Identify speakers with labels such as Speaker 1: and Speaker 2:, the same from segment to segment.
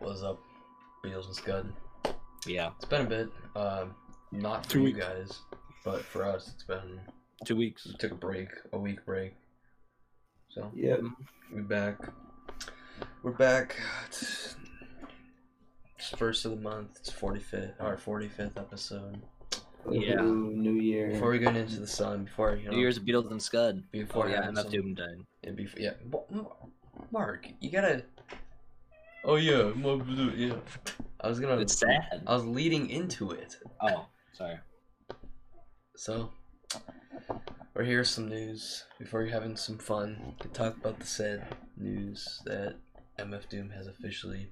Speaker 1: was up Beals and Scud.
Speaker 2: Yeah,
Speaker 1: It's been a bit. Uh, not for
Speaker 2: Two
Speaker 1: you
Speaker 2: weeks.
Speaker 1: guys, but for us, it's been.
Speaker 2: two weeks.
Speaker 1: We took a break, a week break. So
Speaker 3: Yeah.
Speaker 1: we're back. We're back. It's, it's first of the month. It's forty fifth, our forty fifth episode.
Speaker 2: Yeah.
Speaker 3: Ooh, New Year.
Speaker 1: Before we get into the sun, before you know,
Speaker 2: New Year's of Beatles and Scud.
Speaker 1: before
Speaker 2: Oh yeah,
Speaker 1: I
Speaker 2: MF Doom died.
Speaker 1: And before, yeah, Wa- M- Mark, you gotta. Oh yeah, my blue- yeah. I was gonna.
Speaker 2: It's sad.
Speaker 1: I was leading into it,
Speaker 2: Oh, sorry.
Speaker 1: so. Or here's some news before you're having some fun. We talk about the said news that MF Doom has officially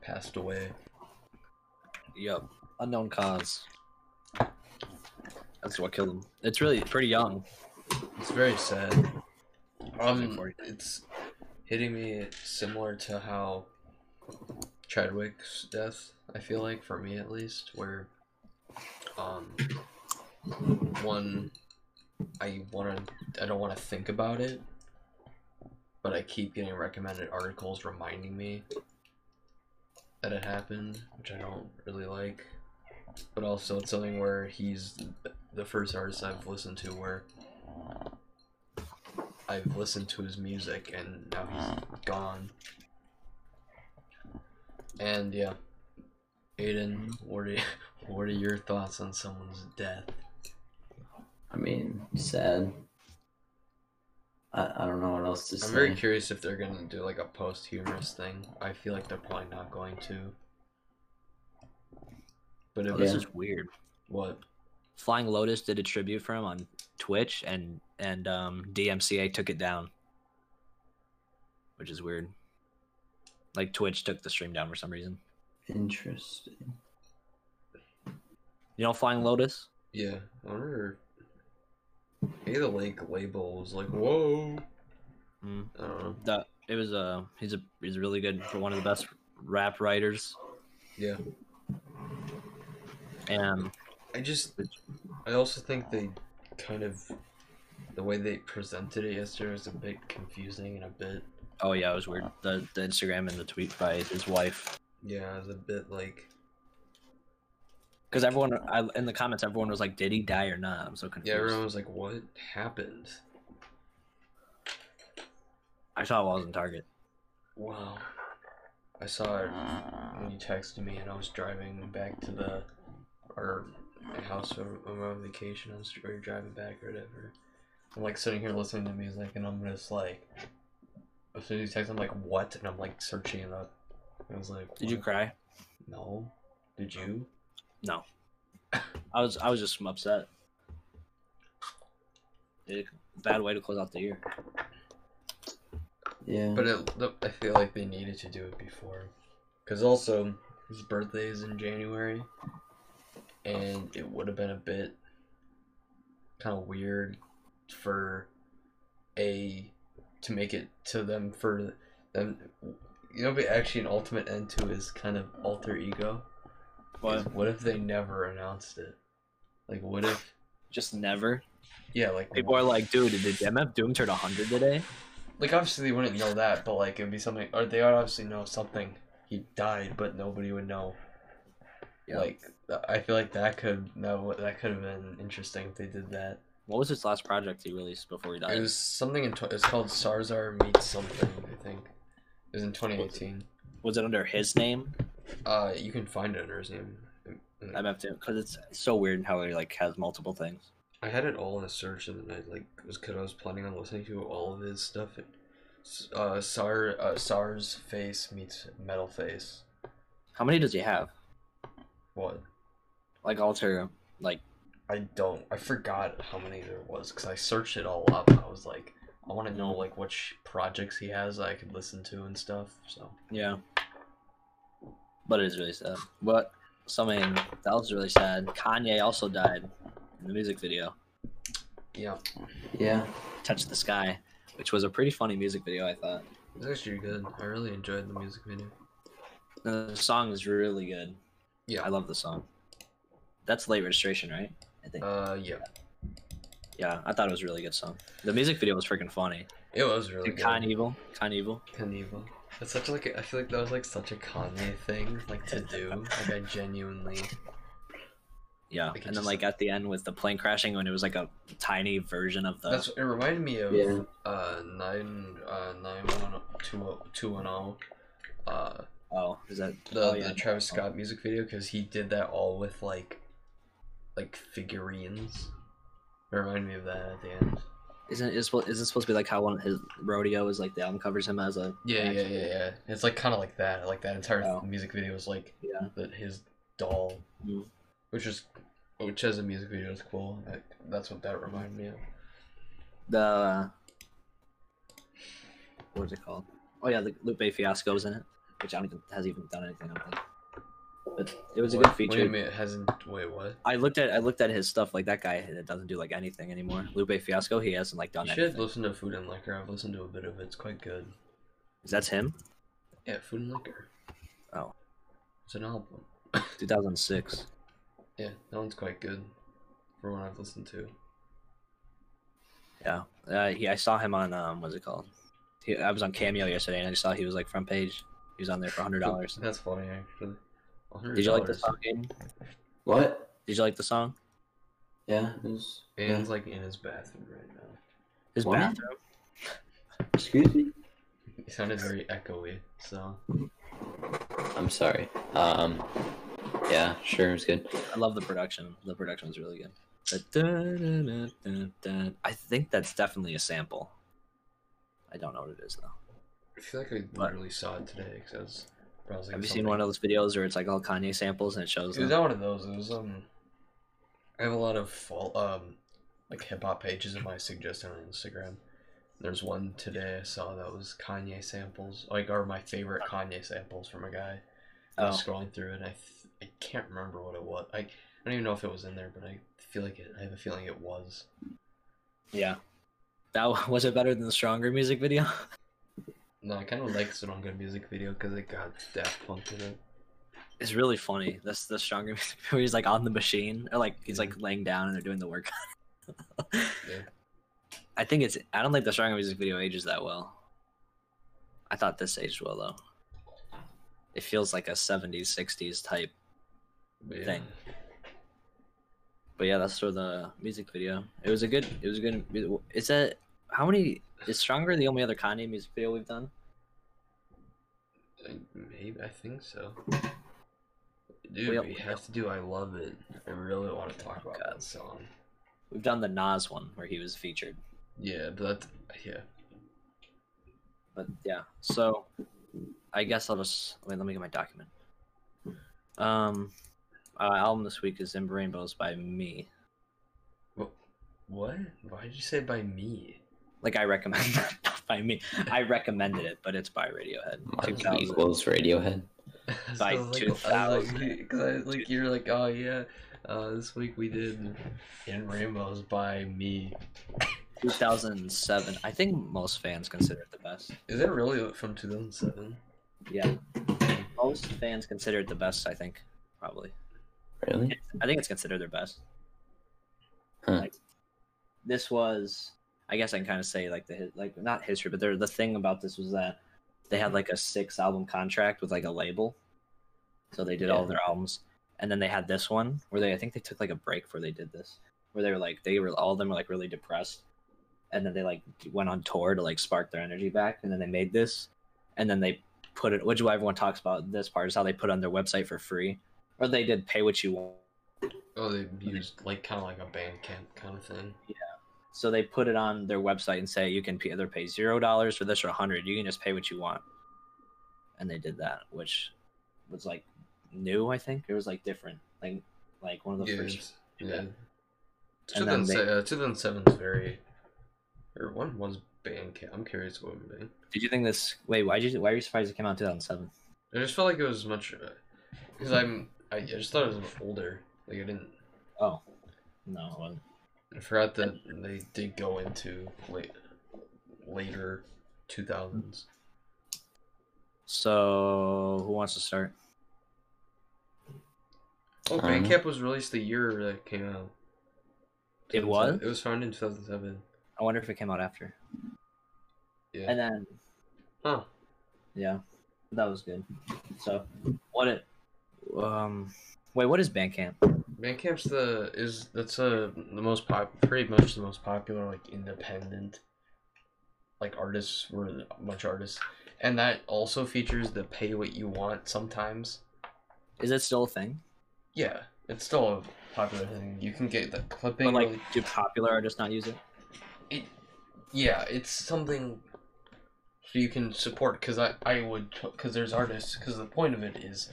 Speaker 1: passed away.
Speaker 2: Yup. Unknown cause. That's what killed him. It's really pretty young.
Speaker 1: It's very sad. Um,
Speaker 2: Sorry.
Speaker 1: it's hitting me similar to how Chadwick's death. I feel like for me at least, where um, one, I want to, I don't want to think about it, but I keep getting recommended articles reminding me that it happened, which I don't really like. But also, it's something where he's the first artist I've listened to where I've listened to his music and now he's gone. And yeah, Aiden, what are what are your thoughts on someone's death?
Speaker 3: I mean, sad. I, I don't know what else to say.
Speaker 1: I'm very curious if they're gonna do like a posthumous thing. I feel like they're probably not going to. But
Speaker 2: Oh,
Speaker 1: if
Speaker 2: this
Speaker 1: it's
Speaker 3: Yeah.
Speaker 2: is weird.
Speaker 1: what
Speaker 2: Flying Lotus did a tribute for him on Twitch, and and um, DMCA took it down, which is weird. Like Twitch took the stream down for some reason.
Speaker 3: Interesting.
Speaker 2: You know, Flying Lotus.
Speaker 1: yeah, I wonder if maybe the lake label was like, Whoa
Speaker 2: Mm.
Speaker 1: I don't know.
Speaker 2: That it was uh, he's a he's really good for one of the best rap writers,
Speaker 1: Yeah.
Speaker 2: and
Speaker 1: I just, I also think they kind of, the way they presented it yesterday was a bit confusing and a bit,
Speaker 2: oh yeah, it was weird. The the Instagram and the tweet by his wife
Speaker 1: yeah, it was a bit like,
Speaker 2: Because everyone I, in the comments, everyone was like, "Did he die or not?" I'm so confused.
Speaker 1: yeah, everyone was like, what happened?
Speaker 2: I saw it while I was in Target.
Speaker 1: Wow. I saw it when you texted me, and I was driving back to the our house from from our vacation. I was dri- or driving back or whatever. I'm like sitting here listening to music, and I'm just like, as soon as you text, I'm like, what? And I'm like searching it up. I was like,
Speaker 2: Did you
Speaker 1: "What?"
Speaker 2: cry?
Speaker 1: No. Did you?
Speaker 2: No. I was I was just upset. It, bad way to close out the year.
Speaker 3: Yeah.
Speaker 1: But it, the- I feel like they needed to do it before, because also his birthday is in January, and it would have been a bit kind of weird for a to make it to them for them. You know, but actually, an ultimate end to his kind of alter ego. is
Speaker 2: But
Speaker 1: what if they never announced it? Like, what if?
Speaker 2: just never.
Speaker 1: Yeah, like
Speaker 2: People are like, "Dude, did MF Doom turn 100 today?"
Speaker 1: Like obviously they wouldn't know that, but like it'd be something, or they would obviously know something. He died, but nobody would know.
Speaker 2: Yeah.
Speaker 1: Like th- I feel like that could that, that could have been interesting if they did that.
Speaker 2: What was his last project he released before he died?
Speaker 1: It was something in tw- it's called Sarzar meets something. I think it was in 2018.
Speaker 2: Was it under his name?
Speaker 1: Uh, you can find it under his name.
Speaker 2: MF Doom, because it's so weird how he like has multiple things.
Speaker 1: I had it all in a search, and then I like was because I was planning on listening to all of his stuff. S- Uh, Sar uh, Sars face meets Metal Face.
Speaker 2: How many does he have?
Speaker 1: What?
Speaker 2: Like alter, like
Speaker 1: I don't. I forgot how many there was because I searched it all up. I was like, I want to know like which projects he has I could listen to and stuff. So
Speaker 2: Yeah. But it is really sad. But so I mean, that was really sad. Kanye also died in the music video
Speaker 1: yeah,
Speaker 3: yeah.
Speaker 2: "Touch the Sky," which was a pretty funny music video, I thought.
Speaker 1: it's actually good. I really enjoyed the music video.
Speaker 2: And the song is really good.
Speaker 1: Yeah.
Speaker 2: I love the song. That's late registration, right? I think.
Speaker 1: Uh, yeah,
Speaker 2: yeah, I thought it was a really good song. The music video was freaking funny.
Speaker 1: it was really
Speaker 2: Dude,
Speaker 1: good.
Speaker 2: Kanye Evil, Kanye Evil.
Speaker 1: Kanye. That's such like I feel like that was like such a Kanye thing like to do. Like I genuinely
Speaker 2: Yeah,
Speaker 1: Like, it
Speaker 2: and then
Speaker 1: just-
Speaker 2: like at the end with the plane crashing, when it was like a tiny version of the.
Speaker 1: That's it reminded me of
Speaker 3: Yeah.
Speaker 1: uh nine uh nine one two oh, two one zero uh
Speaker 2: oh, is that
Speaker 1: the,
Speaker 2: oh, yeah.
Speaker 1: the Travis Scott music video because he did that all with like like figurines. It reminded me of that at the end.
Speaker 2: Isn't is what isn't it supposed to be like how one of his rodeo is like the album covers him as a
Speaker 1: Yeah, yeah,
Speaker 2: actually-
Speaker 1: yeah, yeah. It's like kind of like that. Like that entire
Speaker 2: Oh.
Speaker 1: music video was like
Speaker 2: Yeah.
Speaker 1: the, his doll,
Speaker 2: Mm.
Speaker 1: which is which as a music video is cool. Like, that's what that reminded me of.
Speaker 2: the what was it called? Oh yeah, the Lupe Fiasco was in it, which I don't think has even done anything. I don't think. But it was a
Speaker 1: What-
Speaker 2: good
Speaker 1: What do you
Speaker 2: feature.
Speaker 1: mean it hasn't? Wait, what?
Speaker 2: I looked at I looked at his stuff like that guy that doesn't do like anything anymore. Lupe Fiasco, he hasn't like done
Speaker 1: You
Speaker 2: anything.
Speaker 1: should listen to Food and Liquor. I've listened to a bit of it. It's quite good.
Speaker 2: That's him.
Speaker 1: Yeah, Food and Liquor.
Speaker 2: Oh.
Speaker 1: It's an album.
Speaker 2: 2006.
Speaker 1: Yeah, that one's quite good. For what I've listened to.
Speaker 2: Yeah. Uh, he, I saw him on um, what's it called? He, I was on Cameo yesterday and I saw he was like front page. He was on there for hundred dollars.
Speaker 1: That's funny, actually. $100.
Speaker 2: Did you like the song? Aiden?
Speaker 3: What?
Speaker 2: Did you like the song?
Speaker 3: Yeah, it was.
Speaker 1: Dan's like in his bathroom right now.
Speaker 2: His
Speaker 3: What?
Speaker 2: bathroom.
Speaker 3: Excuse me.
Speaker 1: He sounded very echoey, so.
Speaker 3: I'm sorry. Um, yeah, sure, it was good.
Speaker 2: I love the production. The production was really good. The dun-dun-dun-dun-dun. I think that's definitely a sample. I don't know what it is though.
Speaker 1: I feel like I
Speaker 2: What?
Speaker 1: literally saw it today because I was browsing.
Speaker 2: Have you
Speaker 1: something.
Speaker 2: seen one of those videos where it's like all Kanye samples and it shows?
Speaker 1: It was
Speaker 2: them?
Speaker 1: not one of those. It was um. I have a lot of fall um, like hip hop pages in my suggested on Instagram. There's one today I saw that was Kanye samples, like are my favorite Kanye samples from a guy. I was
Speaker 2: Oh,
Speaker 1: scrolling through it, and I th- I can't remember what it was. I I don't even know if it was in there, but I feel like it. I have a feeling it was.
Speaker 2: yeah. That wa- was it. Better than the stronger music video.
Speaker 1: No, I kind of like Sit on Good music video because it got Daft Punk in it.
Speaker 2: It's really funny. That's the stronger music where he's like on the machine or like he's
Speaker 1: Yeah.
Speaker 2: like laying down and they're doing the work.
Speaker 1: Yeah.
Speaker 2: I think it's. I don't think the stronger music video ages that well. I thought this aged well though. It feels like a 70s, 60s type.
Speaker 1: But yeah.
Speaker 2: Thing. But yeah, that's for the music video. It was a good. It was a good. Is that how many? Is stronger the only other Kanye music video we've done?
Speaker 1: I- Maybe I think so. Dude,
Speaker 2: We-
Speaker 1: we, have to do "I Love It." I really want to talk about that song.
Speaker 2: We've done the Nas one where he was featured.
Speaker 1: Yeah, but that, yeah,
Speaker 2: But yeah, so I guess I'll just wait. Let me get my document. Um, uh, album this week is "In Rainbows" by me.
Speaker 1: what? Why did you say by me?
Speaker 2: Like I recommend that by me. I recommended it, but it's by Radiohead.
Speaker 3: Mike
Speaker 2: 2000.
Speaker 3: equals Radiohead.
Speaker 2: By
Speaker 1: Because I, was like, 'cause I was like, you're like, oh yeah, uh, this week we did "In Rainbows" by me.
Speaker 2: 2007. I think most fans consider it the best.
Speaker 1: Is that really from 2007?
Speaker 2: Yeah. Most fans consider it the best, I think. Probably.
Speaker 3: Really?
Speaker 2: I think it's considered their best.
Speaker 3: Huh.
Speaker 2: Like, this was, I guess I can kind of say like the hi- like not history, but there the thing about this was that they had like a six album contract with like a label, so they did all
Speaker 3: Yeah.
Speaker 2: their albums, and then they had this one where they I think they took like a break before they did this, where they were like they were all of them were like really depressed, and then they like went on tour to like spark their energy back, and then they made this, and then they put it, which is why everyone talks about this part is how they put it on their website for free, or they did pay what you want.
Speaker 1: Oh, they used like kind of like a band camp kind of thing.
Speaker 2: So they put it on their website and say you can p- either pay zero dollars for this or a hundred. You can just pay what you want. And they did that, which was like new. I think it was like different, like like one of the
Speaker 1: Yeah,
Speaker 2: first.
Speaker 1: it's- yeah.
Speaker 2: And then they-
Speaker 1: 2007 uh, 2007 is very. Or one was Bandcamp. I'm curious what would be.
Speaker 2: Did you think this? Wait, why did you? Why are you surprised it came out in two thousand seven?
Speaker 1: I just felt like it was much. Because I'm. I, I just thought it was older. Like, I didn't.
Speaker 2: Oh, no, it wasn't.
Speaker 1: I forgot that they did go into late, later 2000s.
Speaker 2: So who wants to start?
Speaker 1: Oh,
Speaker 3: I don't know.
Speaker 1: Bandcamp was released the year that it came out.
Speaker 2: Uh-huh. It was?
Speaker 1: It was founded in 2007.
Speaker 2: I wonder if it came out after.
Speaker 1: Yeah.
Speaker 2: And then
Speaker 1: Huh.
Speaker 2: yeah, that was good. So, what it? Um, wait, what is Bandcamp?
Speaker 1: Bandcamp's the is that's a the most pop pretty much the most popular like independent like artists were a bunch of artists and that also features the pay what you want sometimes
Speaker 2: Is it still a thing?
Speaker 1: yeah it's still a popular thing you can get the clipping
Speaker 2: But like,
Speaker 1: really-
Speaker 2: do popular artists not use it?
Speaker 1: it yeah it's something so you can support because i i would because there's artists because the point of it is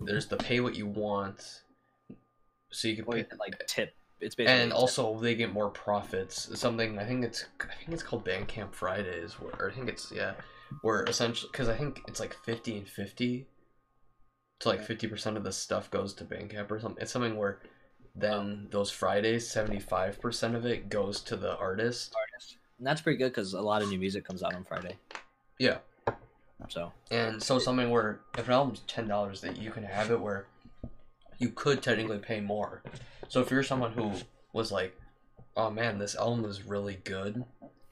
Speaker 1: there's the pay what you want so you can
Speaker 2: Or
Speaker 1: pay,
Speaker 2: you could, like tip? It's basically
Speaker 1: and
Speaker 2: a tip.
Speaker 1: also they get more profits. Something I think it's I think it's called Bandcamp Fridays, where or I think it's yeah, where essentially because I think it's like fifty and fifty, so like
Speaker 2: Okay.
Speaker 1: fifty percent of the stuff goes to Bandcamp or something. It's something where then those Fridays, seventy five percent of it goes to the artist.
Speaker 2: artist. And that's pretty good because a lot of new music comes out on Friday.
Speaker 1: Yeah,
Speaker 2: So
Speaker 1: and so something where if an album's ten dollars, that you can have it where you could technically pay more. So if you're someone who was like, "Oh man, this album is really good.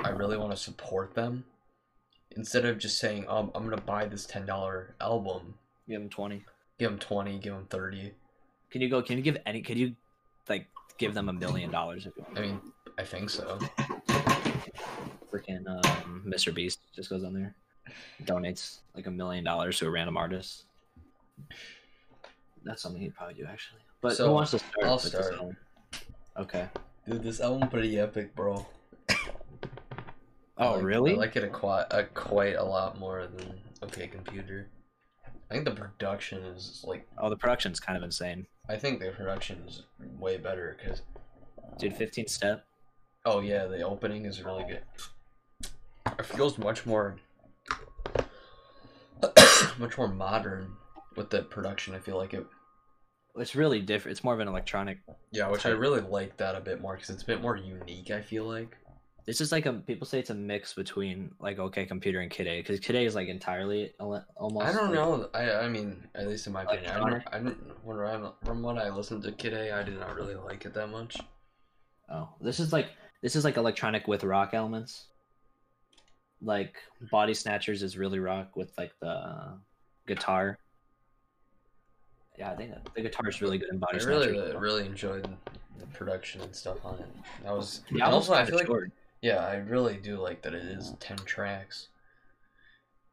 Speaker 1: I really want to support them," instead of just saying, "Um, I'm gonna buy this ten dollar album,"
Speaker 2: give them twenty.
Speaker 1: give them twenty, give them thirty.
Speaker 2: Can you go? Can you give any? Could you like give them a million dollars if you want?
Speaker 1: I mean, I think so.
Speaker 2: freaking um, Mr. Beast just goes on there, donates like a million dollars to a random artist. That's something he'd probably do actually. But
Speaker 1: So,
Speaker 2: who wants to start?
Speaker 1: I'll
Speaker 2: with this
Speaker 1: start.
Speaker 2: one? Okay.
Speaker 1: Dude, this album pretty epic, bro. I
Speaker 2: Oh
Speaker 1: like-
Speaker 2: really?
Speaker 1: I like it a quite, a quite a lot more than OK Computer. I think the production is like
Speaker 2: oh, the production's kind of insane,
Speaker 1: I think the production's way better because
Speaker 2: dude. Fifteen step.
Speaker 1: oh yeah, the opening is really good. It feels much more, much more modern with the production. I feel like it.
Speaker 2: It's really different. It's more of an electronic.
Speaker 1: Yeah, which I really like that a bit more because it's a bit more unique. I feel like.
Speaker 2: It's just like a people say it's a mix between like OK Computer and Kid A because Kid A is like entirely ele- almost.
Speaker 1: I don't
Speaker 2: like-
Speaker 1: know. I I mean, at least in my opinion, I don't.
Speaker 2: Electronic.
Speaker 1: I don't when I, from what I listened to Kid A, I did not really like it that much.
Speaker 2: Oh, this is like this is like electronic with rock elements. Like Body Snatchers is really rock with like the guitar. Yeah, I think that, the guitar is really good in
Speaker 1: I
Speaker 2: Body
Speaker 1: really,
Speaker 2: Snatchers.
Speaker 1: really enjoyed the production and stuff on it. That was.
Speaker 2: yeah,
Speaker 1: and also, I
Speaker 2: kinda
Speaker 1: feel like
Speaker 2: short.
Speaker 1: Yeah, I really do like that it is 10 tracks.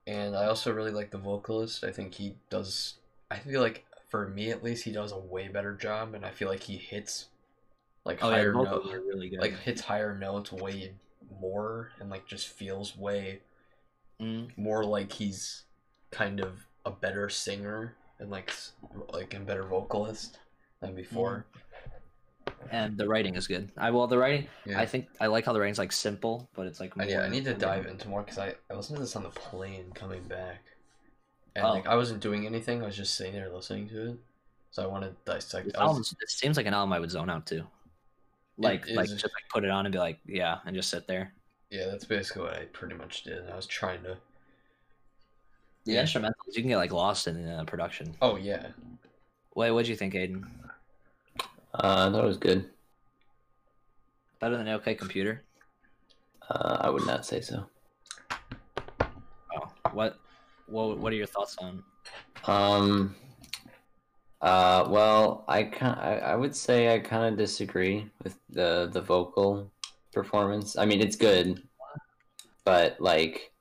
Speaker 1: And I also really like the vocalist. I think he does, I feel like, for me at least, he does a way better job, and I feel like he hits like
Speaker 2: oh yeah,
Speaker 1: higher
Speaker 2: both of them
Speaker 1: notes,
Speaker 2: are really good.
Speaker 1: like hits higher notes way more, and like just feels way
Speaker 2: Mm,
Speaker 1: more like he's kind of a better singer and like s- like and better vocalist than before.
Speaker 2: and the writing is good. I well, the writing.
Speaker 1: Yeah.
Speaker 2: I think I like how the writing's like simple, but it's like.
Speaker 1: I, yeah, I
Speaker 2: more-
Speaker 1: need to dive into more because I, I listened to this on the plane coming back. And
Speaker 2: Oh.
Speaker 1: like I wasn't doing anything, I was just sitting there listening to it. So I want to dissect
Speaker 2: This
Speaker 1: I was-
Speaker 2: album, it seems like an album I would zone out to. Like, like
Speaker 1: is-
Speaker 2: just like put it on and be like, yeah, and just sit there.
Speaker 1: Yeah, that's basically what I pretty much did. I was trying to
Speaker 2: The
Speaker 1: Yeah.
Speaker 2: instrumentals you can get like lost in the production.
Speaker 1: Oh yeah.
Speaker 2: Wait, what'd you think, Aiden?
Speaker 3: Uh, I thought it was good.
Speaker 2: Better than OK Computer?
Speaker 3: Uh, I would not say so.
Speaker 2: Oh, what, what, what are your thoughts on?
Speaker 3: Um. Uh. Well, I kind I, I would say I kind of disagree with the the vocal performance. I mean, it's good, but like,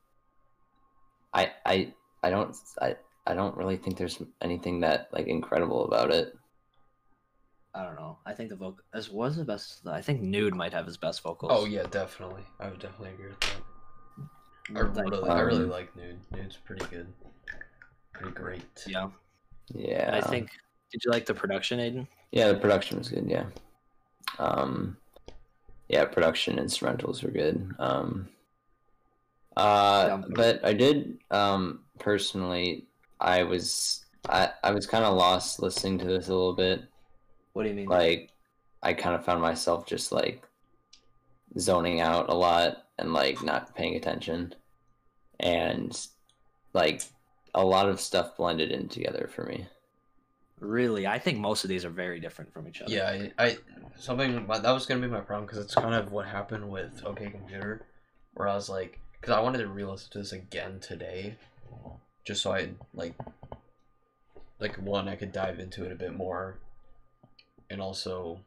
Speaker 3: I I I don't I I don't really think there's anything that like incredible about it.
Speaker 2: I don't know. I think the vocal as was the best. I think Nude might have his best vocals.
Speaker 1: Oh yeah, definitely. I would definitely agree with that. I
Speaker 2: Like,
Speaker 1: really I really
Speaker 3: um,
Speaker 1: like Nude. Nude's pretty good. Pretty great.
Speaker 2: yeah.
Speaker 3: Yeah.
Speaker 2: I think. Did you like the production, Aiden?
Speaker 3: Yeah, the production was good. Yeah. Um, yeah, production instrumentals were good. Um, uh,
Speaker 2: Yeah.
Speaker 3: but I did um, personally. I was I, I was kind of lost listening to this a little bit.
Speaker 2: What do you mean?
Speaker 3: Like, I kind of found myself just like zoning out a lot and like not paying attention, and like a lot of stuff blended in together for me.
Speaker 2: really? I think most of these are very different from each other.
Speaker 1: Yeah, I, I something about- that was gonna be my problem because it's kind of what happened with OK Computer, where I was like, because I wanted to re-listen to this again today, just so I like like one I could dive into it a bit more, and also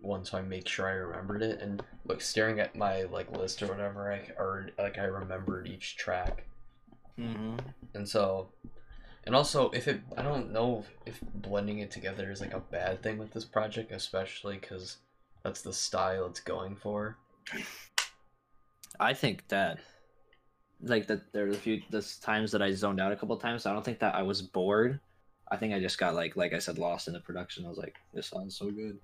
Speaker 1: one so I make sure I remembered it. And like staring at my like list or whatever, I or like I remembered each track,
Speaker 2: Mm-hmm.
Speaker 1: and so. And also, if it, I don't know if blending it together is like a bad thing with this project, especially because that's the style it's going for.
Speaker 2: I think that like that there were a few this times that I zoned out a couple times. I don't think that I was bored. I think I just got like like I said lost in the production. I was like, this sounds so good.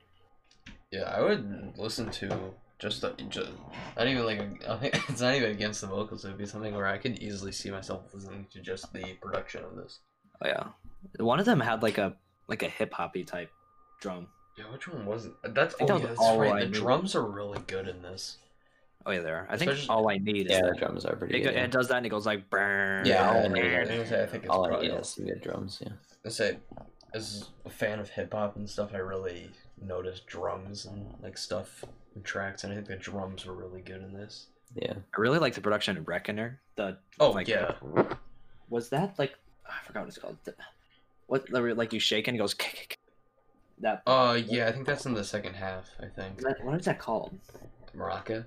Speaker 1: Yeah, I would listen to just, the, just not even like it's not even against the vocals. It would be something where I could easily see myself listening to just the production of this.
Speaker 2: Oh yeah. One of them had like a like a hip hoppy type drum.
Speaker 1: Yeah, which one was it? That's,
Speaker 2: think
Speaker 1: oh,
Speaker 2: that was
Speaker 1: yeah, that's
Speaker 2: all I
Speaker 1: right. The
Speaker 2: knew.
Speaker 1: drums are really good in this.
Speaker 2: Oh yeah, there. I think
Speaker 1: Especially-
Speaker 2: all I need is
Speaker 3: Yeah, the
Speaker 2: that.
Speaker 3: drums are pretty
Speaker 2: It, go-
Speaker 3: good. yeah.
Speaker 2: it does that and it goes like burn.
Speaker 1: Yeah, all I
Speaker 3: Yeah,
Speaker 1: need.
Speaker 3: yeah,
Speaker 1: I was gonna say, I think it's
Speaker 3: All I
Speaker 1: probably.
Speaker 3: need is some good drums. Yeah.
Speaker 1: I say, as a fan of hip hop and stuff, I really noticed drums and like stuff and tracks, and I think the drums were really good in this.
Speaker 3: Yeah.
Speaker 2: I really like the production of Reckoner. The
Speaker 1: Oh
Speaker 2: like,
Speaker 1: yeah,
Speaker 2: was that like I forgot what it's called. The- What like you shake and it goes kick, kick, kick. that.
Speaker 1: uh yeah, I think that's in the second half. I think
Speaker 2: that- What is that called?
Speaker 1: Maraca.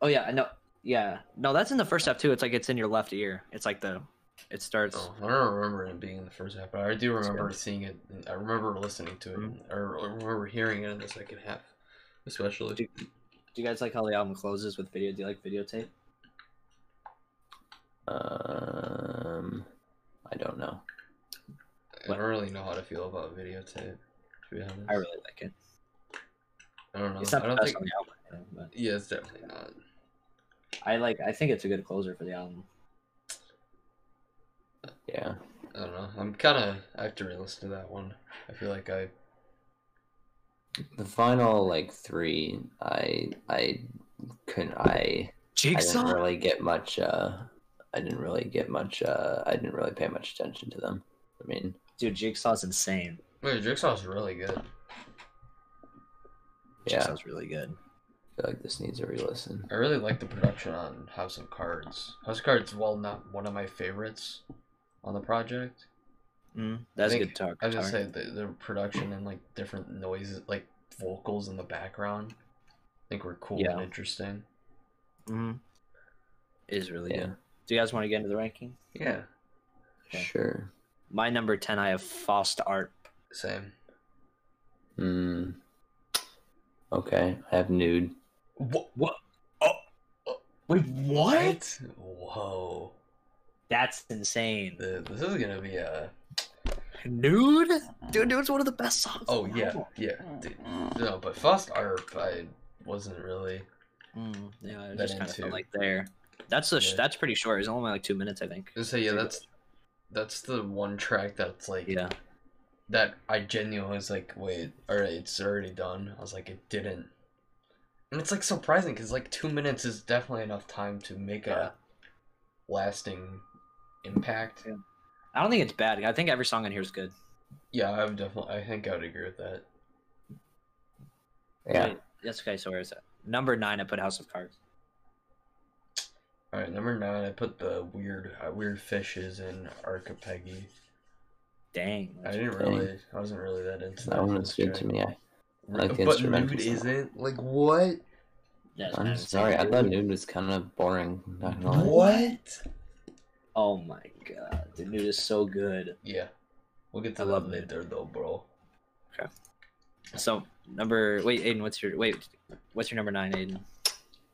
Speaker 2: Oh yeah, I know. Yeah, no, that's in the first half too. It's like it's in your left ear. It's like the, it starts.
Speaker 1: Oh, I don't remember it being in the first half, but I do remember
Speaker 2: good. Mm-hmm.
Speaker 1: seeing it. I remember listening to it, or I remember hearing it in the second half, especially.
Speaker 2: Dude. Do you guys like how the album closes with video? Do you like videotape?
Speaker 3: Um, I don't know.
Speaker 1: I don't really know how to feel about videotape. To be honest,
Speaker 2: I really like it.
Speaker 1: I don't know.
Speaker 2: It's
Speaker 1: I
Speaker 2: not the
Speaker 1: don't
Speaker 2: best
Speaker 1: think.
Speaker 2: on the album, I think, but
Speaker 1: Yeah, it's definitely not.
Speaker 2: I like. I think it's a good closer for the album.
Speaker 3: Yeah.
Speaker 1: I don't know. I'm kind of. I have to re-listen to that one. I feel like I.
Speaker 3: The final like three, I I couldn't. I I didn't really get much. Uh, I didn't really get much. Uh, I didn't really pay much attention to them. I mean,
Speaker 2: dude. Jigsaw's insane.
Speaker 1: Wait, Jigsaw's really good.
Speaker 3: Yeah.
Speaker 2: Jigsaw's really good.
Speaker 3: I feel like this needs a re-listen.
Speaker 1: I really like the production on House of Cards. House of Cards, while not one of my favorites on the project,
Speaker 2: Mm, that's
Speaker 1: think-
Speaker 2: good talk.
Speaker 1: Mm-hmm. I was gonna say the, the production and like different noises, like vocals in the background, I think were cool
Speaker 2: Yeah.
Speaker 1: and interesting.
Speaker 2: mm, it is really
Speaker 3: Yeah.
Speaker 2: good. Do you guys want to get into the ranking?
Speaker 1: Yeah,
Speaker 2: Okay.
Speaker 3: Sure.
Speaker 2: My number ten, I have Faust Art.
Speaker 1: same.
Speaker 3: Hmm. Okay. I have nude.
Speaker 1: What?
Speaker 2: What? Oh, wait,
Speaker 1: Whoa!
Speaker 2: That's insane.
Speaker 1: The, this is gonna be a.
Speaker 2: Nude, dude, dude's one of the best songs.
Speaker 1: Oh
Speaker 2: on the
Speaker 1: yeah,
Speaker 2: album.
Speaker 1: yeah. dude. No, but Fast Arp, I wasn't really.
Speaker 2: Mm, yeah, I
Speaker 1: That
Speaker 2: just kind of
Speaker 1: into-
Speaker 2: felt like there. That's a sh
Speaker 1: Yeah.
Speaker 2: that's pretty short. It's only like two minutes, I think.
Speaker 1: I say yeah,
Speaker 2: Pretty
Speaker 1: that's that's the one track that's like
Speaker 2: Yeah,
Speaker 1: that I genuinely was like, wait, all right, it's already done. I was like, it didn't, and it's like surprising because like two minutes is definitely enough time to make
Speaker 2: Yeah.
Speaker 1: a lasting impact.
Speaker 2: Yeah. I don't think it's bad. I think every song in here is good.
Speaker 1: Yeah, I would definitely. I think I would agree with that.
Speaker 3: Yeah.
Speaker 2: Wait, that's okay. So where's that? Number nine, I put House of Cards.
Speaker 1: All right, number nine, I put the weird, uh, weird fishes in Archipegi.
Speaker 2: Dang.
Speaker 1: I
Speaker 2: that's-
Speaker 1: didn't
Speaker 3: Dang.
Speaker 1: really, I wasn't really that into
Speaker 3: That one was good to me. I, I like the
Speaker 1: but
Speaker 3: instrumental.
Speaker 1: nude
Speaker 3: stuff.
Speaker 1: isn't like what?
Speaker 2: that's
Speaker 3: I'm
Speaker 2: kinda
Speaker 3: sorry. I
Speaker 2: insane,
Speaker 3: thought
Speaker 2: dude.
Speaker 3: nude was kind of boring. Not gonna lie.
Speaker 1: What?
Speaker 2: Oh my god, the nude is so good.
Speaker 1: Yeah, we'll get to
Speaker 2: I
Speaker 1: that
Speaker 2: love
Speaker 1: later though, bro.
Speaker 2: So number wait, Aiden, what's your wait? What's your number nine,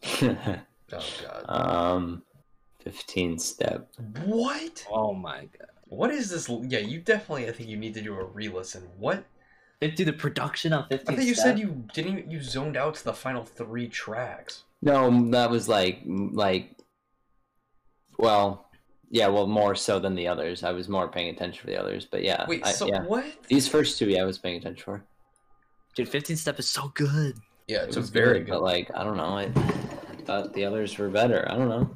Speaker 2: Aiden?
Speaker 1: Oh god.
Speaker 3: um, fifteen step.
Speaker 1: What?
Speaker 2: Oh my god,
Speaker 1: What is this? l- Yeah, you definitely. I think you need to do a re-listen. What?
Speaker 2: Dude, the production on
Speaker 1: I
Speaker 2: fifteen.
Speaker 1: thought you
Speaker 2: Step-
Speaker 1: said you didn't. You zoned out to the final three tracks.
Speaker 3: No, that was like like well, yeah, well more so than the others. I was more paying attention for the others, but yeah.
Speaker 1: Wait,
Speaker 3: Uh, I-
Speaker 1: so
Speaker 3: yeah.
Speaker 1: what?
Speaker 3: These first two yeah, I was paying attention for.
Speaker 2: Dude, 15 Step is so good.
Speaker 1: Yeah,
Speaker 3: It
Speaker 1: it's a
Speaker 3: was
Speaker 1: very good.
Speaker 3: but like I don't know, I thought the others were better. I don't know.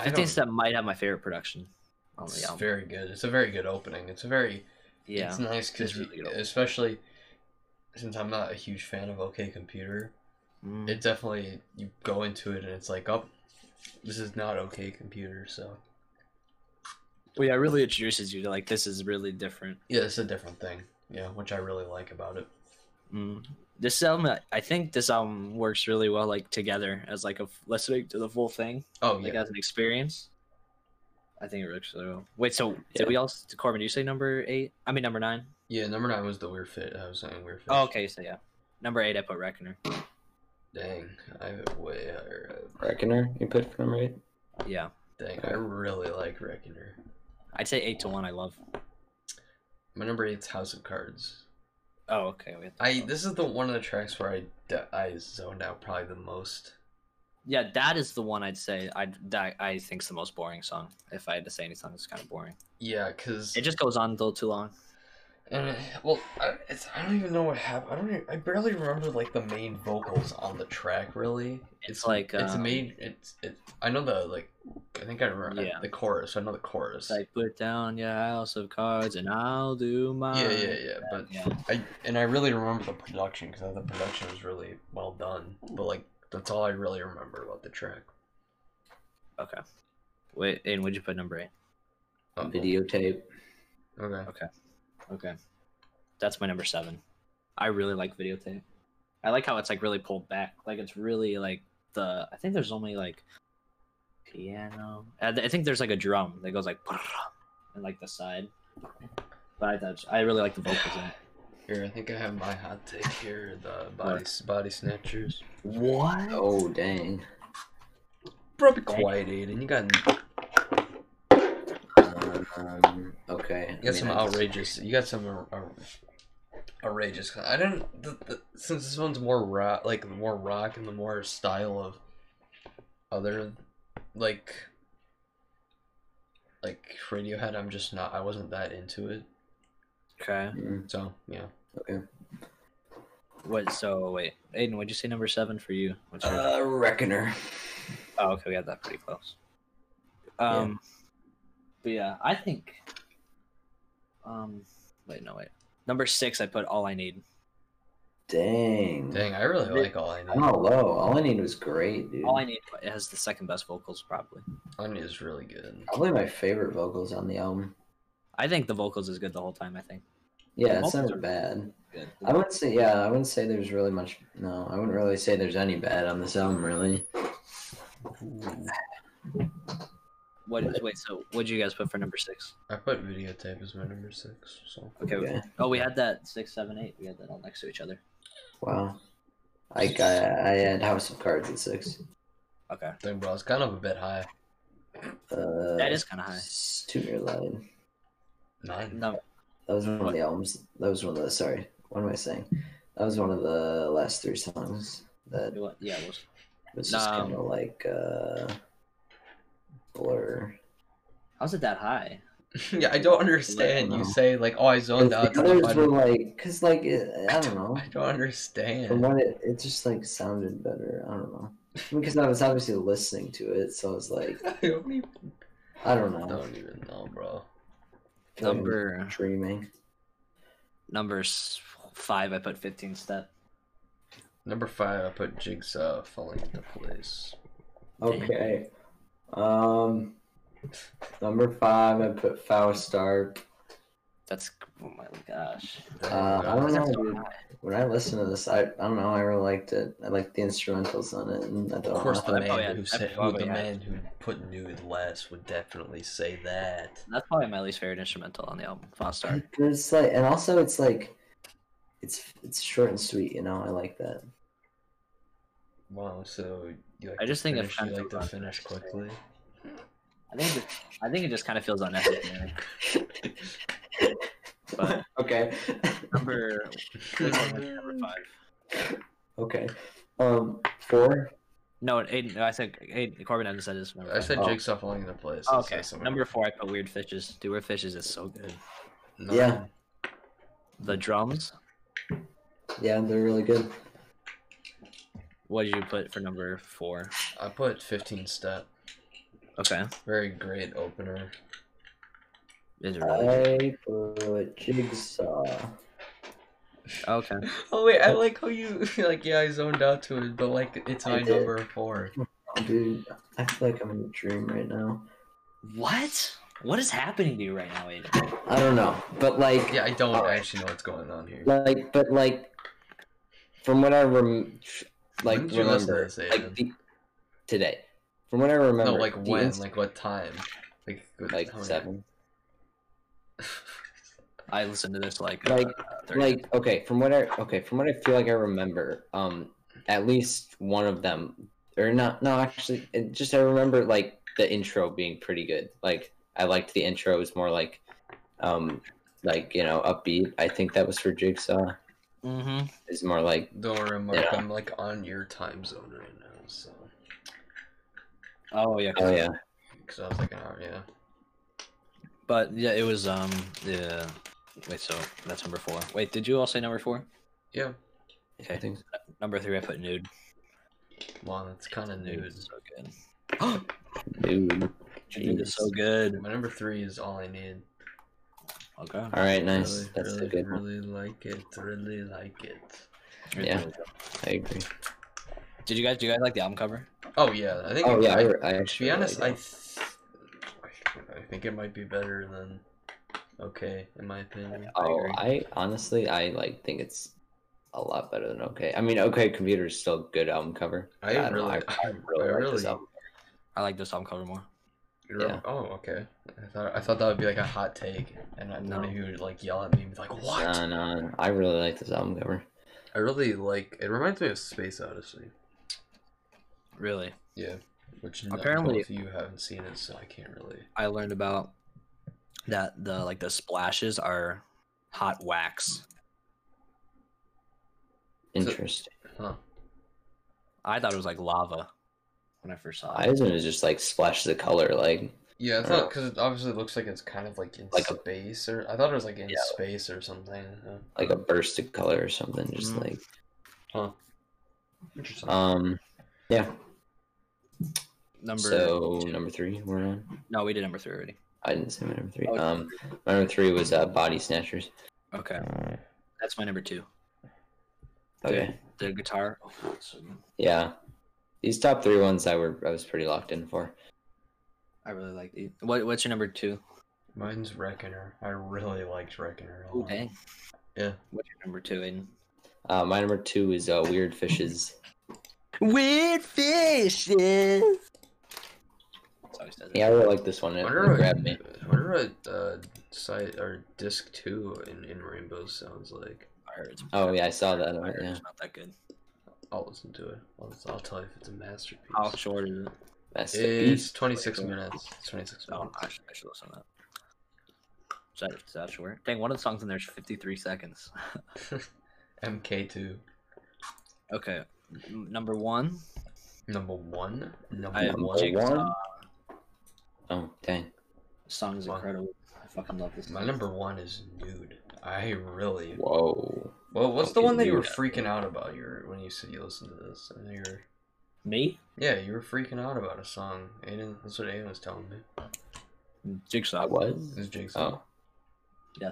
Speaker 1: I
Speaker 2: 15
Speaker 1: don't-
Speaker 2: Step might have my favorite production Oh on the
Speaker 1: It's
Speaker 2: album.
Speaker 1: very good. It's a very good opening. It's a very.
Speaker 2: yeah.
Speaker 1: It's nice because
Speaker 2: it's really good.
Speaker 1: especially since I'm not a huge fan of OK Computer,
Speaker 2: Mm.
Speaker 1: it definitely you go into it and it's like, oh, this is not OK Computer. So
Speaker 2: Well, yeah, it really introduces you to like this is really different.
Speaker 1: Yeah, it's a different thing. Yeah, which I really like about it.
Speaker 2: Mm. This album, I think this album works really well like together as like a f- listening to the full thing,
Speaker 1: Oh
Speaker 2: like
Speaker 1: yeah,
Speaker 2: as an experience. I think it works really well. Wait, so
Speaker 3: Yeah.
Speaker 2: did we all? Did Corbin, did you say number eight? I mean number nine.
Speaker 1: yeah. Number nine was the weird fit. I was saying weird fit.
Speaker 2: Oh, okay, so yeah, number eight. I put Reckoner.
Speaker 1: Dang, I have it way higher. up.
Speaker 3: Reckoner, you put from right?
Speaker 2: Yeah,
Speaker 1: Dang, I really like Reckoner.
Speaker 2: I'd say eight to one. I love.
Speaker 1: My number eight's House of Cards.
Speaker 2: Oh, okay. We have to-
Speaker 1: I this is the one of the tracks where I d- I zoned out probably the most.
Speaker 2: Yeah, that is the one I'd say. I that I think's the most boring song. If I had to say any song, it's kind of boring.
Speaker 1: Yeah, cause
Speaker 2: It just goes on a little too long.
Speaker 1: and it- well, I, it's I don't even know what happened. I don't even, I barely remember like the main vocals on the track really.
Speaker 2: It's, like
Speaker 1: it's
Speaker 2: um,
Speaker 1: made it's it. I know the like I think I remember
Speaker 2: Yeah.
Speaker 1: the chorus. I know the chorus.
Speaker 2: It's like put down your house of cards and I'll do mine.
Speaker 1: yeah, yeah, yeah. But
Speaker 2: yeah.
Speaker 1: I and I really remember the production because the production was really well done. But like that's all I really remember about the track.
Speaker 2: Okay. Wait, and would you put number eight?
Speaker 1: Uh-oh.
Speaker 3: Videotape.
Speaker 1: Okay.
Speaker 2: Okay. That's my number seven. I really like videotape. I like how it's like really pulled back. Like it's really like the I think there's only like piano. I th- I think there's like a drum that goes like and like the side. But I thought I really like the vocals in it.
Speaker 1: Here, I think I have my hot take here. The body body snatchers.
Speaker 2: What?
Speaker 3: Oh dang.
Speaker 1: Bro, be quiet, Aiden. You got you
Speaker 3: Um, okay.
Speaker 1: got
Speaker 3: I mean,
Speaker 1: some
Speaker 3: I just-
Speaker 1: outrageous. You got some or- or- outrageous. I didn't. The, the, since this one's more rock, like the more rock and the more style of other, like, like Radiohead. I'm just not. I wasn't that into it.
Speaker 2: Okay.
Speaker 3: Mm,
Speaker 1: So yeah.
Speaker 3: okay.
Speaker 2: What so wait, Aiden, would you say number seven for you? What's your-
Speaker 3: Uh, Reckoner.
Speaker 2: Oh, okay, we had that pretty close. Um, but yeah, I think. Um, wait, no, wait. Number six, I put all I need.
Speaker 3: Dang.
Speaker 1: Dang, I really like all I
Speaker 3: I'm
Speaker 1: need.
Speaker 3: not low. All I need was great, dude.
Speaker 2: All I need it has the second best vocals, probably.
Speaker 1: All I need is really good.
Speaker 3: Probably my favorite vocals on the album.
Speaker 2: I think the vocals is good the whole time. I think. The
Speaker 3: Yeah, it's
Speaker 2: vocals
Speaker 3: never
Speaker 2: are-
Speaker 3: bad.
Speaker 2: Good.
Speaker 3: I wouldn't say yeah. I wouldn't say there's really much. No, I wouldn't really say there's any bad on this album, really.
Speaker 2: What is wait? So what would you guys put for number six?
Speaker 1: I put videotape as my number six. So
Speaker 2: Okay.
Speaker 3: Yeah.
Speaker 2: Oh, we had that six, seven, eight. We had that all next to each other.
Speaker 3: Wow. I got. I had House of Cards at six.
Speaker 2: Okay.
Speaker 1: dang, bro, it's kind of a bit high.
Speaker 3: Uh,
Speaker 2: That is kind of high.
Speaker 3: s- Two year loud.
Speaker 1: Nine.
Speaker 2: No.
Speaker 3: That was one of the albums. That was one of the. Sorry, what am I saying? That was one of the last three songs that
Speaker 2: what- Yeah. It was,
Speaker 3: was just
Speaker 2: No.
Speaker 3: kind of like uh, blur.
Speaker 2: how's it that high?
Speaker 1: yeah, I don't understand. You
Speaker 3: know.
Speaker 1: say like, "Oh, I zoned
Speaker 3: Because
Speaker 1: out."
Speaker 3: the
Speaker 1: to the
Speaker 3: others were
Speaker 1: button.
Speaker 3: like, cause like it, I don't know.
Speaker 1: I don't
Speaker 3: From
Speaker 1: understand.
Speaker 3: what it, it just like sounded better. I don't know. Because I was obviously listening to it, so I was like,
Speaker 1: I don't even,
Speaker 3: I don't
Speaker 1: I
Speaker 3: know.
Speaker 1: don't even know, bro.
Speaker 3: Like,
Speaker 2: Number
Speaker 3: dreaming.
Speaker 2: number s- five, I put fifteen step.
Speaker 1: Number five, I put Jigsaw falling into place.
Speaker 3: Okay. Um, number five, I put Faustar.
Speaker 2: That's oh my gosh.
Speaker 1: Dang,
Speaker 3: Uh, I
Speaker 1: bro.
Speaker 3: don't know. dude. When I listened to this, I, I don't know. I really liked it. I liked the instrumentals on it, and I don't
Speaker 1: Of course,
Speaker 3: know.
Speaker 1: the
Speaker 2: I probably
Speaker 1: man
Speaker 2: had-
Speaker 1: who
Speaker 2: I
Speaker 1: said, who,
Speaker 2: probably
Speaker 1: the
Speaker 2: had-
Speaker 1: man who put nude last would definitely say that.
Speaker 2: That's probably my least favorite instrumental on the album, Foster.
Speaker 3: But it's like, and also it's like, it's it's short and sweet. You know, I like that.
Speaker 1: Wow, so you like
Speaker 2: I
Speaker 1: to
Speaker 2: just think it
Speaker 1: finish, you
Speaker 2: kinda
Speaker 1: like to
Speaker 2: feels
Speaker 1: finish quickly.
Speaker 2: unnecessary. I think it just, I think it just kind of feels unnecessary. But-
Speaker 3: okay.
Speaker 2: Number number five.
Speaker 3: okay. Um, four.
Speaker 2: No, Aiden, no, I said Aiden, Corbin hadn't said this. Number
Speaker 1: I said
Speaker 3: Oh.
Speaker 1: Jigsaw falling into place.
Speaker 2: five.
Speaker 1: I
Speaker 2: okay.
Speaker 1: said something.
Speaker 2: Number four, I put Weird Fishes. Dude, Weird Fishes is so good.
Speaker 1: Nine.
Speaker 3: Yeah.
Speaker 2: The drums.
Speaker 3: Yeah, they're really good.
Speaker 2: What did you put for number four?
Speaker 1: I put 15 step.
Speaker 2: Okay.
Speaker 1: Very great opener.
Speaker 2: Is it really?
Speaker 3: I put Jigsaw.
Speaker 2: Okay.
Speaker 1: Oh wait, I like how you like yeah I zoned out to it, but like it's
Speaker 3: I
Speaker 1: my
Speaker 3: did.
Speaker 1: number four.
Speaker 3: Dude, I feel like I'm in a dream right now.
Speaker 2: What? What is happening to you right now, Aiden?
Speaker 3: I don't know, but like,
Speaker 1: Yeah, I don't actually know what's going on here.
Speaker 3: like, but like, from what I rem, like
Speaker 1: When did you listen to
Speaker 3: remember,
Speaker 1: this,
Speaker 3: like
Speaker 1: Aiden?
Speaker 3: the, today, from what I remember,
Speaker 1: No, like
Speaker 3: the
Speaker 1: when,
Speaker 3: inst-
Speaker 1: like what time, like good
Speaker 3: like
Speaker 1: time.
Speaker 3: seven,
Speaker 2: I listened to this like
Speaker 3: like,
Speaker 2: uh, 30
Speaker 3: like, okay, from what I, okay, from what I feel like I remember, um, at least one of them, or not, no, actually, it just I remember like the intro being pretty good. Like I liked the intro. It was more like, um, like you know, upbeat. I think that was for Jigsaw.
Speaker 2: Mhm.
Speaker 3: It's more like
Speaker 1: Don't remember.
Speaker 3: Yeah.
Speaker 1: I'm like on your time zone right now, so
Speaker 2: Oh yeah.
Speaker 3: oh yeah.
Speaker 1: because I was like, oh yeah,
Speaker 2: But yeah, it was um yeah. Wait, so that's number four. Wait, did you all say number four?
Speaker 1: yeah.
Speaker 2: Okay. Number three, I put nude.
Speaker 1: Well, it's kind of
Speaker 2: Nude
Speaker 1: nude.
Speaker 2: is so good.
Speaker 3: Dude.
Speaker 2: Nude is so good. Oh,
Speaker 1: My number three is all I need.
Speaker 2: Okay.
Speaker 3: All right, nice. That's
Speaker 1: really,
Speaker 3: a good one.
Speaker 1: really like it. Really like it.
Speaker 3: Yeah. I agree.
Speaker 2: Did you guys? Do you guys like the album cover?
Speaker 1: Oh yeah, I think.
Speaker 3: Oh yeah, I,
Speaker 1: I,
Speaker 3: I
Speaker 1: to
Speaker 3: actually.
Speaker 1: be honest,
Speaker 3: really
Speaker 1: I,
Speaker 3: do.
Speaker 1: th- I think it might be better than okay, in my opinion.
Speaker 2: I
Speaker 3: oh,
Speaker 2: agree.
Speaker 3: I honestly, I like think it's a lot better than okay. I mean, okay, computer is still a good album cover.
Speaker 1: I
Speaker 3: but don't know,
Speaker 1: really,
Speaker 3: I,
Speaker 1: I
Speaker 3: really,
Speaker 1: really,
Speaker 3: like this album.
Speaker 2: I like this album cover more.
Speaker 1: really- Oh okay. I thought I thought that would be like a hot take, and I
Speaker 2: No.
Speaker 1: thought he would like yell at me and be like, "What?"
Speaker 3: No, no, no, I really like this album cover.
Speaker 1: I really like. It reminds me of Space Odyssey.
Speaker 2: Really.
Speaker 1: Yeah. Which
Speaker 2: Apparently-
Speaker 1: apparently both of you haven't seen it, so I can't really.
Speaker 2: I learned about that the like the splashes are hot wax.
Speaker 3: Interesting.
Speaker 1: Huh.
Speaker 2: I thought it was like lava when I first saw
Speaker 3: I
Speaker 2: it.
Speaker 3: just wanted to just like splashes of color, like
Speaker 1: Yeah, I
Speaker 3: Or-
Speaker 1: thought because it obviously looks like it's kind of like in
Speaker 3: Like a-
Speaker 1: space, or I thought it was like in
Speaker 3: Yeah.
Speaker 1: space or something. huh?
Speaker 3: like a burst of color or something, just
Speaker 2: Mhm.
Speaker 3: like
Speaker 1: Interesting.
Speaker 3: um, yeah.
Speaker 2: Number
Speaker 3: so number three, we're on.
Speaker 2: no, we did number three already.
Speaker 3: I didn't say my number three.
Speaker 2: Oh,
Speaker 3: Um, my number three was uh, Body Snatchers.
Speaker 2: Okay, that's my number two.
Speaker 3: Okay.
Speaker 2: The guitar. Oh, that's so good.
Speaker 3: Yeah, these top three ones I were I was pretty locked in for.
Speaker 2: I really like the. What, what's your number two?
Speaker 1: Mine's Reckoner. I really liked Reckoner. a
Speaker 2: Oh,
Speaker 1: lot.
Speaker 2: dang.
Speaker 1: Yeah.
Speaker 2: What's your number two? Aiden?
Speaker 3: Uh, my number two is uh, Weird Fishes.
Speaker 2: Weird fishes. That's how he says it.
Speaker 3: Yeah, I really like this one. It, it
Speaker 1: Wonder what,
Speaker 3: grabbed me.
Speaker 1: wonder what uh, site or disc two in, in Rainbow sounds like.
Speaker 2: I heard it's-
Speaker 3: Oh yeah, I saw that.
Speaker 2: I
Speaker 3: uh,
Speaker 2: heard
Speaker 3: Yeah,
Speaker 2: it's not that good.
Speaker 1: I'll listen to it. I'll, I'll tell you if it's a masterpiece.
Speaker 2: How short is it?
Speaker 3: masterpiece.
Speaker 1: it's 26 minutes. It's 26
Speaker 2: Oh,
Speaker 1: minutes.
Speaker 2: I should, I should listen to that. Is that, is that short? Dang, one of the songs in there's 53 seconds.
Speaker 1: MK2.
Speaker 2: Okay, m- number one. Uh,
Speaker 1: Number one? Number
Speaker 2: I have
Speaker 3: Number
Speaker 1: one?
Speaker 2: Jigsaw.
Speaker 3: Oh dang.
Speaker 2: Song's
Speaker 1: Wow.
Speaker 2: incredible. I fucking love this.
Speaker 1: My
Speaker 2: song.
Speaker 1: number one is Nude. I really.
Speaker 3: Whoa.
Speaker 1: Well, what's the
Speaker 3: Okay,
Speaker 1: one that you were
Speaker 3: Nude.
Speaker 1: freaking out about you were- when you said you listened to this? And you were.
Speaker 2: Me?
Speaker 1: Yeah, you were freaking out about a song. Aiden, that's what Aiden was telling me.
Speaker 2: Jigsaw.
Speaker 3: That
Speaker 1: This
Speaker 3: was.
Speaker 1: is Jigsaw.
Speaker 3: Oh.
Speaker 2: Yeah.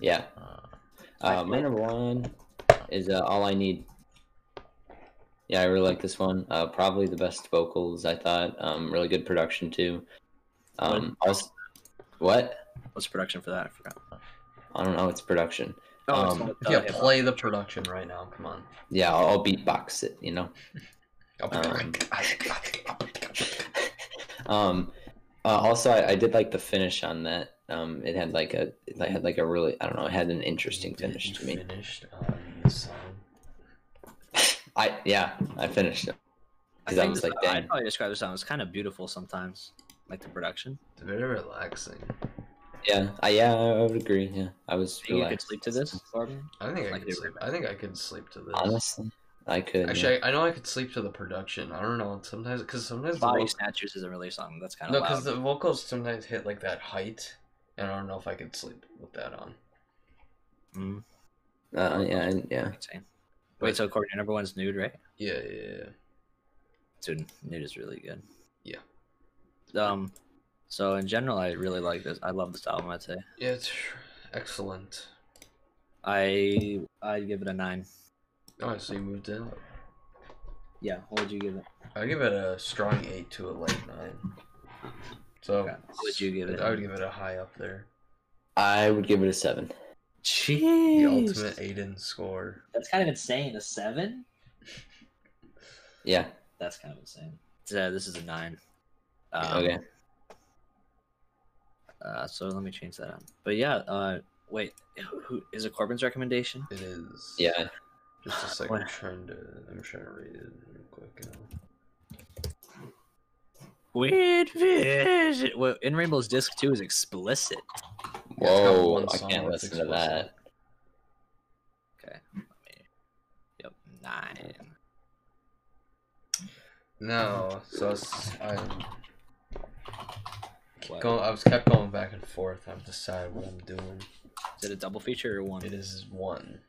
Speaker 3: Yeah.
Speaker 1: Uh,
Speaker 3: Uh, my number one is uh, All I Need. Yeah, I really like this one. Uh, probably the best vocals I thought. Um, really good production too. Um, also, what?
Speaker 2: What's the production for that? I forgot.
Speaker 3: I don't know. It's production.
Speaker 2: Oh, it's
Speaker 3: Um,
Speaker 2: not-
Speaker 1: yeah,
Speaker 2: uh, hip-hop.
Speaker 1: play the production right now. Come on.
Speaker 3: Yeah, I'll, I'll beatbox it. You know. Um, um uh, also I, I did like the finish on that um it had like a it had like a really i don't know it had an interesting finish to me
Speaker 1: Finished on the song.
Speaker 3: i yeah i finished
Speaker 2: I
Speaker 3: it because i
Speaker 2: think
Speaker 3: was
Speaker 2: this-
Speaker 3: like
Speaker 2: I'd
Speaker 3: dang
Speaker 2: probably describe the song. It's kind of beautiful sometimes, like the production.
Speaker 1: It's very relaxing.
Speaker 3: yeah i yeah i would agree yeah i was
Speaker 2: Think you could
Speaker 3: relaxed.
Speaker 2: sleep to this, Corbin?
Speaker 1: I think I
Speaker 2: Like
Speaker 1: could
Speaker 2: it-
Speaker 1: sleep. I think I could sleep to this.
Speaker 3: honestly i could
Speaker 1: Actually, I, I know I could sleep to the production. I don't know. Sometimes, because sometimes the
Speaker 2: Body
Speaker 1: voc-
Speaker 2: Snatchers isn't really a song. That's kind
Speaker 1: no,
Speaker 2: of
Speaker 1: because
Speaker 2: loud.
Speaker 1: the vocals sometimes hit like that height, and I don't know if I could sleep with that on.
Speaker 2: Mm,
Speaker 3: yeah. uh, yeah and- yeah
Speaker 2: insane. Wait, so Corbin, your number one's nude, right?
Speaker 1: Yeah, yeah, yeah.
Speaker 2: Dude, nude is really good.
Speaker 1: Yeah.
Speaker 2: Um, so in general, I really like this. I love this album. I'd say
Speaker 1: Yeah, It's excellent.
Speaker 2: I I'd give it a nine.
Speaker 1: Oh, so you moved in.
Speaker 2: Yeah, what would you give it?
Speaker 1: I give it a strong eight to a light nine. So
Speaker 2: Okay. What would you give it?
Speaker 1: I would give it a high up there.
Speaker 3: I would give it a seven.
Speaker 2: Jeez.
Speaker 1: The ultimate Aiden score.
Speaker 2: That's kind of insane. A seven?
Speaker 3: Yeah.
Speaker 2: That's kind of insane. So this is a nine. Um,
Speaker 3: Okay.
Speaker 2: Uh, so let me change that up. But yeah, uh, wait, who- who is it? Corbin's recommendation?
Speaker 1: It is.
Speaker 3: Yeah.
Speaker 1: Just a second. I'm
Speaker 2: What?
Speaker 1: trying to. I'm trying to read it real quick. Now.
Speaker 2: Weird vision. Well, in Rainbow's disc two is explicit.
Speaker 1: Yeah, it's got
Speaker 3: Whoa.
Speaker 1: one
Speaker 3: I
Speaker 1: song
Speaker 3: can't
Speaker 1: that's
Speaker 3: listen to
Speaker 1: explicit.
Speaker 3: that.
Speaker 2: Okay. Let me... Yep, nine.
Speaker 1: No, so it's, I
Speaker 2: What?
Speaker 1: go. I was kept going back and forth. I've decided what I'm doing.
Speaker 2: Is it a double feature or one?
Speaker 1: It is one.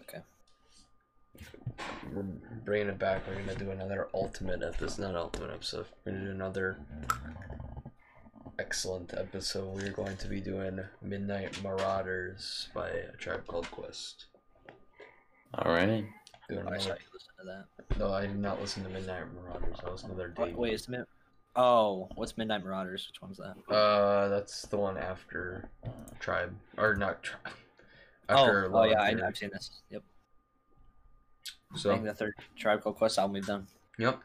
Speaker 2: Okay.
Speaker 1: We're bringing it back. We're gonna do another ultimate. If this not ultimate episode, we're gonna do another excellent episode. We're going to be doing Midnight Marauders by a tribe called Quest.
Speaker 3: All right.
Speaker 1: Doing
Speaker 2: I
Speaker 1: another,
Speaker 2: Oh, sorry, you listened to that.
Speaker 1: no, I did not listen to Midnight Marauders. That was another day.
Speaker 2: Wait, wait, is it mid- Oh, what's Midnight Marauders? Which one's that?
Speaker 1: Uh, that's the one after uh, Tribe or not Tribe.
Speaker 2: Oh, oh
Speaker 1: Law and
Speaker 2: yeah, I,
Speaker 1: Order.
Speaker 2: I've seen this. Yep. I think
Speaker 1: So,
Speaker 2: the third Tribe Called Quest album we've done.
Speaker 1: yep.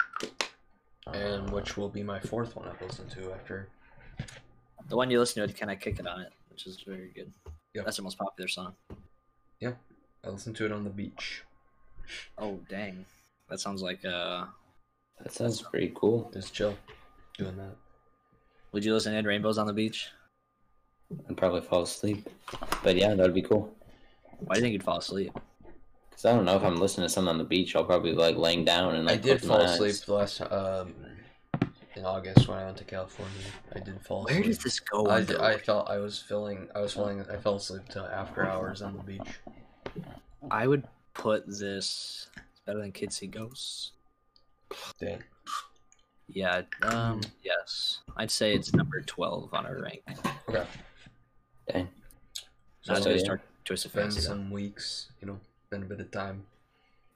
Speaker 1: And which will be my fourth one I've listened to after.
Speaker 2: The one you listened to had kind of kick it on it, which is very good.
Speaker 1: Yep.
Speaker 2: That's the most popular song.
Speaker 1: I listened to it on the beach.
Speaker 2: Oh dang. That sounds like uh
Speaker 3: That sounds pretty cool.
Speaker 1: Just chill, doing that.
Speaker 2: would you listen to Ed Rainbows on the beach?
Speaker 3: I'd probably fall asleep. But yeah, that'd be cool.
Speaker 2: Why do you think you'd fall asleep?
Speaker 3: Cause I don't know if I'm listening to something on the beach, I'll probably be, like laying down and
Speaker 1: I
Speaker 3: like.
Speaker 1: did
Speaker 3: closing
Speaker 1: fall
Speaker 3: my eyes.
Speaker 1: asleep the last um in August when I went to California. I did fall
Speaker 2: Where
Speaker 1: asleep.
Speaker 2: does this go?
Speaker 1: I,
Speaker 2: on
Speaker 1: d-
Speaker 2: the-
Speaker 1: I felt I was feeling I was falling I fell asleep till after hours on the beach.
Speaker 2: I would put this it's better than Kids See Ghosts.
Speaker 1: Dang.
Speaker 2: Yeah, um yes. I'd say it's number twelve on our rank.
Speaker 1: Okay.
Speaker 3: Dang.
Speaker 2: Not
Speaker 3: So,
Speaker 2: to
Speaker 3: yeah.
Speaker 2: start Twisted
Speaker 1: Been
Speaker 2: Fantasy. though.
Speaker 1: some weeks, you know, been a bit of time.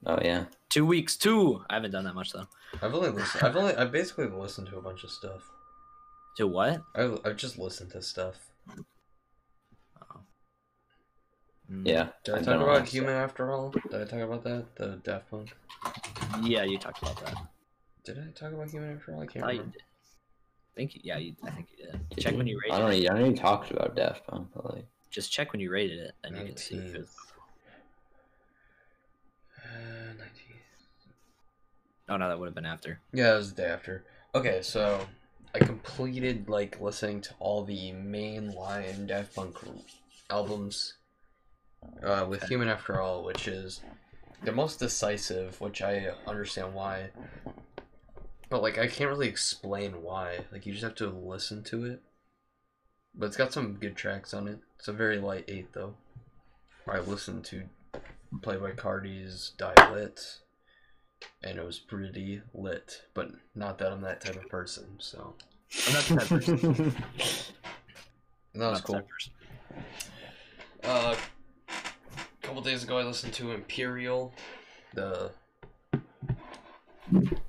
Speaker 3: Oh yeah.
Speaker 1: Mm-hmm.
Speaker 2: Two weeks, two I haven't done that much though.
Speaker 1: I've only listened. I've only. I basically listened to a bunch of stuff.
Speaker 2: To what?
Speaker 1: I I've just listened to stuff.
Speaker 2: Mm,
Speaker 3: Yeah.
Speaker 1: Did I
Speaker 3: I've
Speaker 1: talk
Speaker 3: done a
Speaker 1: about
Speaker 3: lot.
Speaker 1: Human After All? Did I talk about that? The Daft Punk.
Speaker 2: Yeah, you talked about that.
Speaker 1: Did I talk about Human After All? I can't
Speaker 2: I
Speaker 1: remember.
Speaker 2: did. think yeah, you, I think you did.
Speaker 3: Did
Speaker 2: Check when
Speaker 3: you?
Speaker 2: you rate
Speaker 3: I don't. e-
Speaker 2: it.
Speaker 3: Even, I don't even talked about Daft Punk. but, Like,
Speaker 2: Just check when you rated it, and you can see if
Speaker 1: Nineteenth.
Speaker 2: it's
Speaker 1: Uh, 19.
Speaker 2: Oh no, that would have been after.
Speaker 1: Yeah, it was the day after. Okay, so I completed like listening to all the main line Daft Punk albums uh, with Human After All, which is the most decisive, which I understand why. But like, I can't really explain why. Like, you just have to listen to it. But it's got some good tracks on it. It's a very light eight though. I listened to Play by Cardi's Die Lit and it was pretty lit. But not that I'm that type of person, so
Speaker 2: I'm not that person.
Speaker 1: and that was
Speaker 2: Not
Speaker 1: cool.
Speaker 2: that person.
Speaker 1: Uh, a couple days ago, I listened to Imperial, the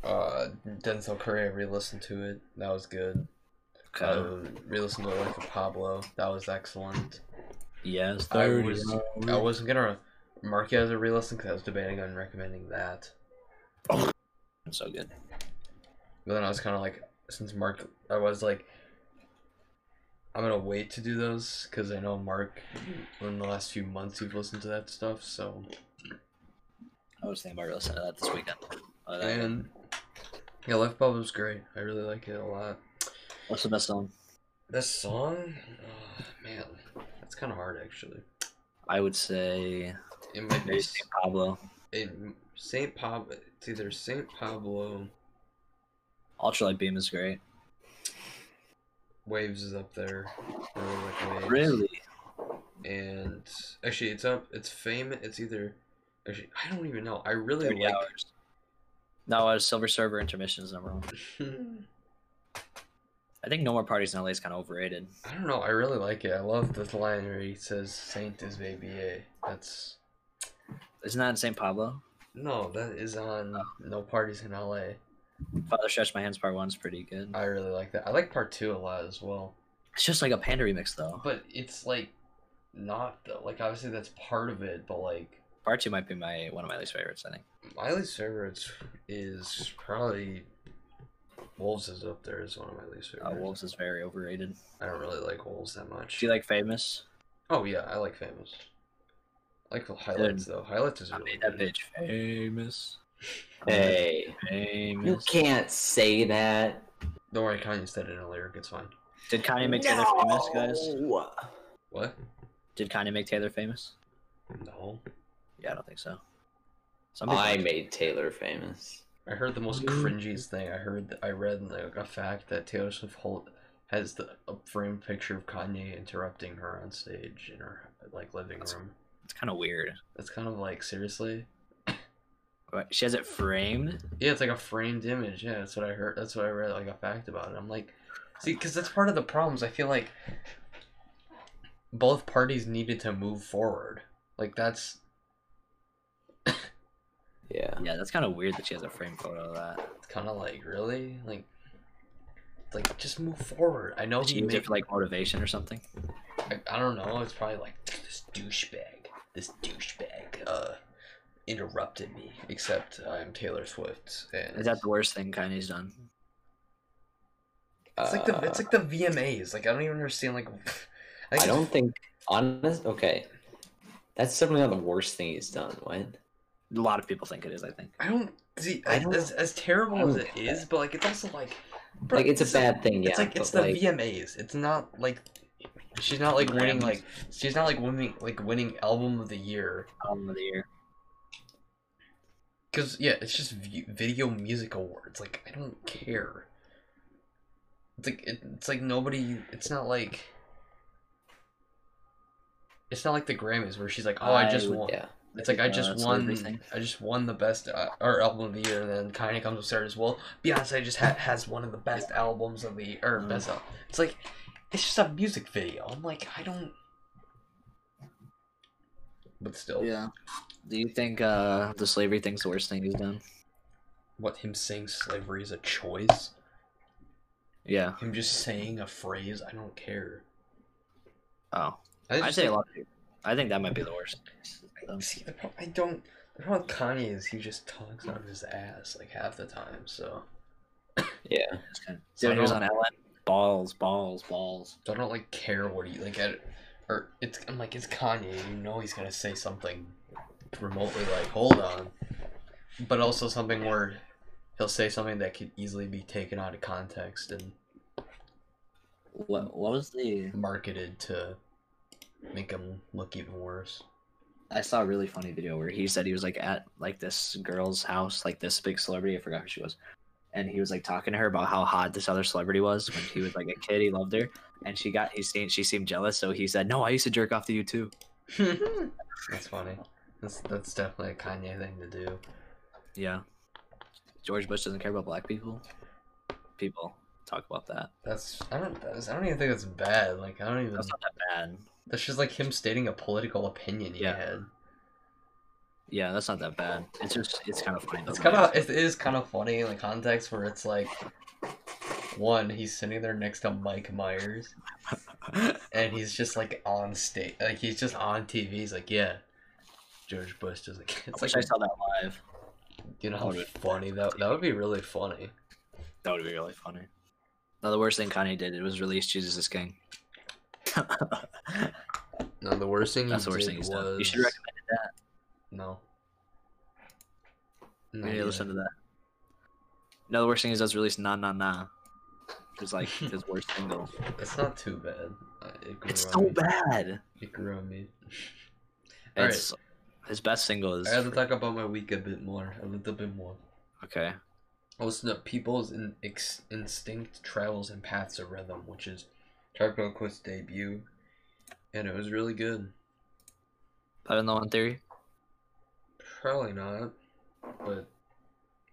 Speaker 1: uh Denzel Curry. Re-listened to it. That was good.
Speaker 2: Okay.
Speaker 1: Uh, re-listened to Life of Pablo. That was excellent.
Speaker 2: yes,
Speaker 1: I
Speaker 2: 30,
Speaker 1: was-
Speaker 2: yeah.
Speaker 1: I wasn't gonna mark it as a re-listen because I was debating on recommending that.
Speaker 2: It's so good.
Speaker 1: But then I was kind of like, since Mark, I was like, I'm gonna wait to do those because I know Mark. In the last few months, you've listened to that stuff, so
Speaker 2: I was thinking about listening to that this weekend. Uh, that-
Speaker 1: and yeah, Life Bob was great. I really like it a lot.
Speaker 2: What's the best song?
Speaker 1: This song, oh, man, that's kind of hard actually.
Speaker 2: I would say
Speaker 1: It might
Speaker 2: maybe
Speaker 1: be
Speaker 2: Saint Pablo.
Speaker 1: Saint Pablo. It's either Saint Pablo
Speaker 2: Ultralight Beam is great.
Speaker 1: Waves is up there. I really like Waves.
Speaker 2: Really?
Speaker 1: and actually it's up it's fame it's either actually i don't even know i really
Speaker 2: Thirty
Speaker 1: like
Speaker 2: hours. No, uh, Silver Server Intermission is number one. I think No More Parties in LA is kind of overrated.
Speaker 1: i don't know i really like it i love this line where he says saint is baby a that's
Speaker 2: Isn't that in Saint Pablo?
Speaker 1: no that is on no parties in la
Speaker 2: Father Stretch My Hands Part One's pretty good.
Speaker 1: I really like that. I like part two a lot as well.
Speaker 2: It's just like a panda remix though.
Speaker 1: But it's like not though. Like obviously that's part of it, but like
Speaker 2: Part two might be my one of my least favorites. I think.
Speaker 1: my least favorites is probably Wolves is up there as one of my least
Speaker 2: Uh,
Speaker 1: favorites.
Speaker 2: Wolves is very overrated.
Speaker 1: I don't really like Wolves that much.
Speaker 2: Do you like Famous?
Speaker 1: Oh yeah, I like Famous. I like the highlights though. Highlights is
Speaker 2: I
Speaker 1: really
Speaker 2: made that
Speaker 1: good.
Speaker 2: bitch famous.
Speaker 3: Hey, you
Speaker 2: Famous.
Speaker 3: can't say that.
Speaker 1: Don't worry, Kanye said it in a lyric. It's fine.
Speaker 2: Did Kanye make Taylor famous, guys?
Speaker 3: No.
Speaker 1: What?
Speaker 2: Did Kanye make Taylor famous?
Speaker 1: No.
Speaker 2: Yeah, I don't think so. Some people-
Speaker 3: I made Taylor famous.
Speaker 1: I heard the most
Speaker 2: Mm.
Speaker 1: cringiest thing. I heard I read like a fact that Taylor Swift hold, has the a framed picture of Kanye interrupting her on stage in her like living
Speaker 2: That's-
Speaker 1: room.
Speaker 2: It's kind of weird.
Speaker 1: That's kind of like seriously.
Speaker 2: But she has it framed.
Speaker 1: Yeah, it's like a framed image. Yeah, that's what I heard. That's what I read like a fact about it. I'm like, see, because that's part of the problems. I feel like both parties needed to move forward. Like that's
Speaker 3: Yeah.
Speaker 2: Yeah, that's kind of weird that she has a framed photo of that.
Speaker 1: kind of like really like like just move forward. I know
Speaker 2: Did she
Speaker 1: he
Speaker 2: use
Speaker 1: made
Speaker 2: it for like motivation or something?
Speaker 1: I, I don't know. It's probably like this douchebag. This douchebag uh interrupted me. Except I'm Taylor Swift, and
Speaker 2: Is that the worst thing Kanye's done?
Speaker 1: it's like the
Speaker 3: Uh,
Speaker 1: it's like the VMAs. Like I don't even understand. Like I,
Speaker 3: I
Speaker 1: think
Speaker 3: don't think honest. Okay, that's definitely not the worst thing he's done. What?
Speaker 2: A lot of people think it is. I think.
Speaker 1: I don't see
Speaker 3: I
Speaker 1: I
Speaker 3: don't-
Speaker 1: as, as terrible
Speaker 3: I
Speaker 1: as
Speaker 3: don't
Speaker 1: it is, but like it's also like bro,
Speaker 3: Like it's a bad thing. Yeah.
Speaker 1: It's like it's
Speaker 3: but,
Speaker 1: the VMAs. It's not like she's not like winning
Speaker 2: Grammys.
Speaker 1: like she's not like winning like winning album of the year
Speaker 2: Album of the year.
Speaker 1: because yeah it's just v- video music awards like I don't care. It's like it, it's like nobody. It's not like it's not like the Grammys where she's like oh I,
Speaker 2: I
Speaker 1: just
Speaker 2: would
Speaker 1: won.
Speaker 3: Yeah.
Speaker 1: It's like I
Speaker 2: Uh,
Speaker 1: just
Speaker 2: that's
Speaker 1: won.
Speaker 2: everything.
Speaker 1: I just won the best uh, or album of the year. And then Kanye comes up there as well. Beyonce just ha- has one of the best albums of the or
Speaker 2: Mm.
Speaker 1: best. Al- it's like it's just a music video. I'm like I don't. But still,
Speaker 2: Yeah. Do you think uh, the slavery thing's the worst thing he's done?
Speaker 1: what him saying slavery is a choice.
Speaker 2: Yeah.
Speaker 1: Him just saying a phrase. I don't care.
Speaker 2: Oh,
Speaker 1: I
Speaker 2: I'd
Speaker 1: just
Speaker 2: say a
Speaker 1: think-
Speaker 2: lot. Of people. I think that might be the worst. Um,
Speaker 1: See, the problem, I don't. The problem with Kanye is he just talks out of his ass like half the time. So,
Speaker 3: Yeah.
Speaker 2: it's kinda-
Speaker 1: So
Speaker 2: Dude, he was
Speaker 1: I
Speaker 2: on Ellen. Balls, balls, balls.
Speaker 1: so I don't like care what he like. I, or it's I'm like it's Kanye. You know he's gonna say something remotely like hold on, but also something where he'll say something that could easily be taken out of context and
Speaker 2: What? What was the?
Speaker 1: marketed to make him look even worse.
Speaker 2: I saw a really funny video where he said he was like at like this girl's house, like this big celebrity. I forgot who she was, and he was like talking to her about how hot this other celebrity was when he was like a kid. He loved her, and she got he seemed she seemed jealous, so he said, "No, I used to jerk off to you too."
Speaker 1: that's funny. That's that's definitely a Kanye thing to do.
Speaker 2: Yeah. George Bush doesn't care about black people. People talk about that.
Speaker 1: That's I don't that's, I don't even think that's bad. Like I don't even
Speaker 2: That's not that bad.
Speaker 1: that's just like him stating a political opinion he
Speaker 2: Yeah.
Speaker 1: had.
Speaker 2: Yeah, that's not that bad. It's just it's kind of funny.
Speaker 1: It's
Speaker 2: doesn't
Speaker 1: kind of
Speaker 2: it?
Speaker 1: it is kind of funny in the context where it's like, one, he's sitting there next to Mike Myers, and he's just like on stage, like he's just on TV. He's like, yeah, George Bush doesn't. care."
Speaker 2: I
Speaker 1: It's
Speaker 2: wish
Speaker 1: like,
Speaker 2: I saw that live.
Speaker 1: you know how funny that that would be really funny.
Speaker 2: That would be really funny. Now the worst thing Kanye did it was release Jesus is King.
Speaker 1: No, the worst thing
Speaker 2: That's
Speaker 1: he
Speaker 2: the worst
Speaker 1: did
Speaker 2: thing he's
Speaker 1: was
Speaker 2: done. You should recommend.
Speaker 1: no.
Speaker 2: You
Speaker 1: No,
Speaker 2: need to
Speaker 1: yeah.
Speaker 2: listen to that. No, the worst thing is does release na na na. It's like his worst single.
Speaker 1: It's not too bad. Uh, It grew
Speaker 2: It's
Speaker 1: on
Speaker 2: so
Speaker 1: me.
Speaker 2: bad.
Speaker 1: It grew on me. All right.
Speaker 2: It's his best single is
Speaker 1: I had to talk about my week a bit more, a little bit more.
Speaker 2: okay.
Speaker 1: I listen to People's in- ex- Instinct Travels and Paths of Rhythm, which is Charcoal Quist's debut, and it was really good.
Speaker 2: Better than the one theory.
Speaker 1: Probably not, but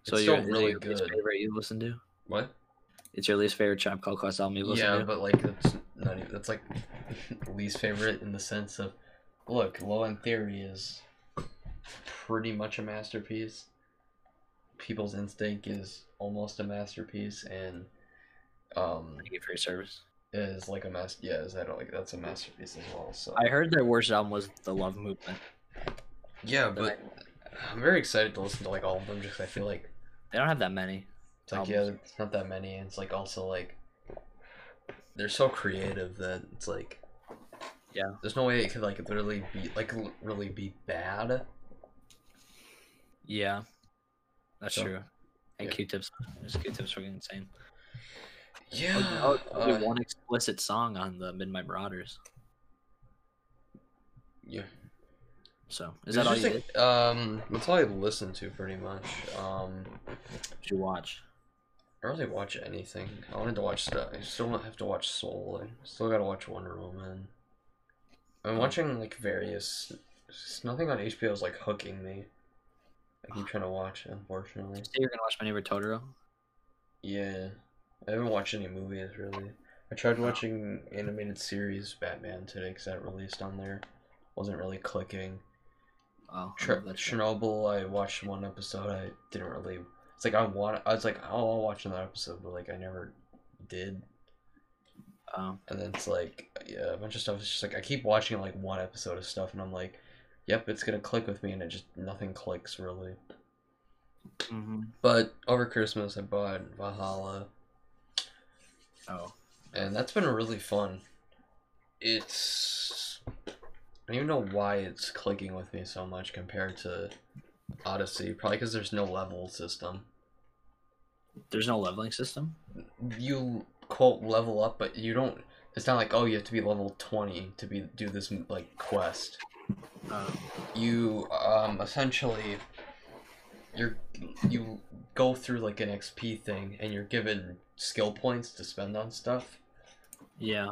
Speaker 2: So
Speaker 1: It's
Speaker 2: you're
Speaker 1: still
Speaker 2: really
Speaker 1: really
Speaker 2: your least
Speaker 1: good.
Speaker 2: favorite you listen to?
Speaker 1: what?
Speaker 2: It's your least favorite Tribe Called Quest album you listen
Speaker 1: Yeah,
Speaker 2: to?
Speaker 1: but like that's not even that's like least favorite in the sense of look, Low End Theory is pretty much a masterpiece, People's Instinct is almost a masterpiece, and um,
Speaker 2: Thank you for your service.
Speaker 1: is like a master. Yeah, is that like that's a masterpiece as well. So
Speaker 2: I heard their worst album was The Love Movement.
Speaker 1: yeah, but I'm very excited to listen to like all of them. Just 'cause I feel like
Speaker 2: They don't have that many.
Speaker 1: it's like yeah,
Speaker 2: Albums.
Speaker 1: it's not that many, and it's like also like they're so creative that it's like
Speaker 2: Yeah.
Speaker 1: there's no way it could like literally be like l- really be bad.
Speaker 2: Yeah, that's
Speaker 1: So,
Speaker 2: true. And
Speaker 1: yeah.
Speaker 2: Q-Tips, This Q-Tips fucking insane.
Speaker 1: Yeah,
Speaker 2: Oh, there's only
Speaker 1: uh,
Speaker 2: one explicit song on the Midnight Marauders.
Speaker 1: yeah.
Speaker 2: So is that all
Speaker 1: There's
Speaker 2: you
Speaker 1: just,
Speaker 2: did?
Speaker 1: like, Um, that's all I listened to pretty much. Um,
Speaker 2: Did you watch?
Speaker 1: I don't really watch anything. I wanted to watch stuff. I still don't have to watch Soul. I still gotta watch Wonder Woman. I'm
Speaker 2: Oh.
Speaker 1: watching like various. s- Nothing on HBO is like hooking me. I keep trying to watch, it, unfortunately.
Speaker 2: Did you say you're gonna watch My Neighbor Totoro?
Speaker 1: Yeah, I haven't watched any movies really. I tried watching animated series Batman today because that released on there. Wasn't really clicking.
Speaker 2: Oh, I
Speaker 1: Cher-
Speaker 2: love that show.
Speaker 1: Chernobyl, I watched one episode. I didn't really. It's like I want. I was like, oh, I'll watch another episode, but like I never did.
Speaker 2: Oh,
Speaker 1: And then it's like, yeah, a bunch of stuff. It's just like I keep watching like one episode of stuff, and I'm like, yep, it's gonna click with me, and it just nothing clicks really.
Speaker 2: hmm
Speaker 1: But over Christmas, I bought Valhalla,
Speaker 2: oh,
Speaker 1: and that's been really fun. It's I don't even know why it's clicking with me so much compared to Odyssey. Probably because there's no level system.
Speaker 2: there's no leveling system.
Speaker 1: you quote level up, but you don't. It's not like oh, you have to be level twenty to be do this like quest.
Speaker 2: Oh,
Speaker 1: You um essentially, you're you go through like an XP thing, and you're given skill points to spend on stuff.
Speaker 2: yeah.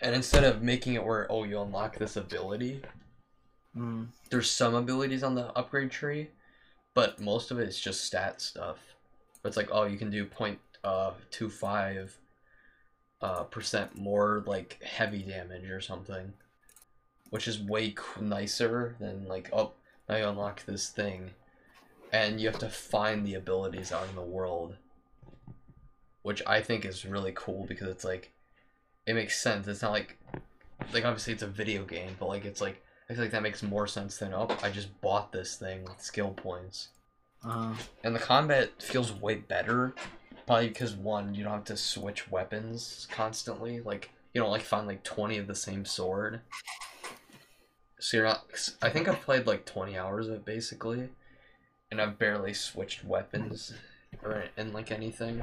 Speaker 1: And instead of making it where oh you unlock this ability,
Speaker 2: Mm.
Speaker 1: there's some abilities on the upgrade tree, but most of it is just stat stuff. It's like oh, you can do point uh two five uh percent more like heavy damage or something, which is way c- nicer than like oh now you unlock this thing, and you have to find the abilities out in the world, which I think is really cool because it's like it makes sense. It's not like like obviously it's a video game, but like it's like I feel like that makes more sense than oh I just bought this thing with skill points.
Speaker 2: Uh,
Speaker 1: And the combat feels way better, probably because one you don't have to switch weapons constantly. Like you don't like find like twenty of the same sword. So you're not. I think I've played like twenty hours of it basically, and I've barely switched weapons or in like anything.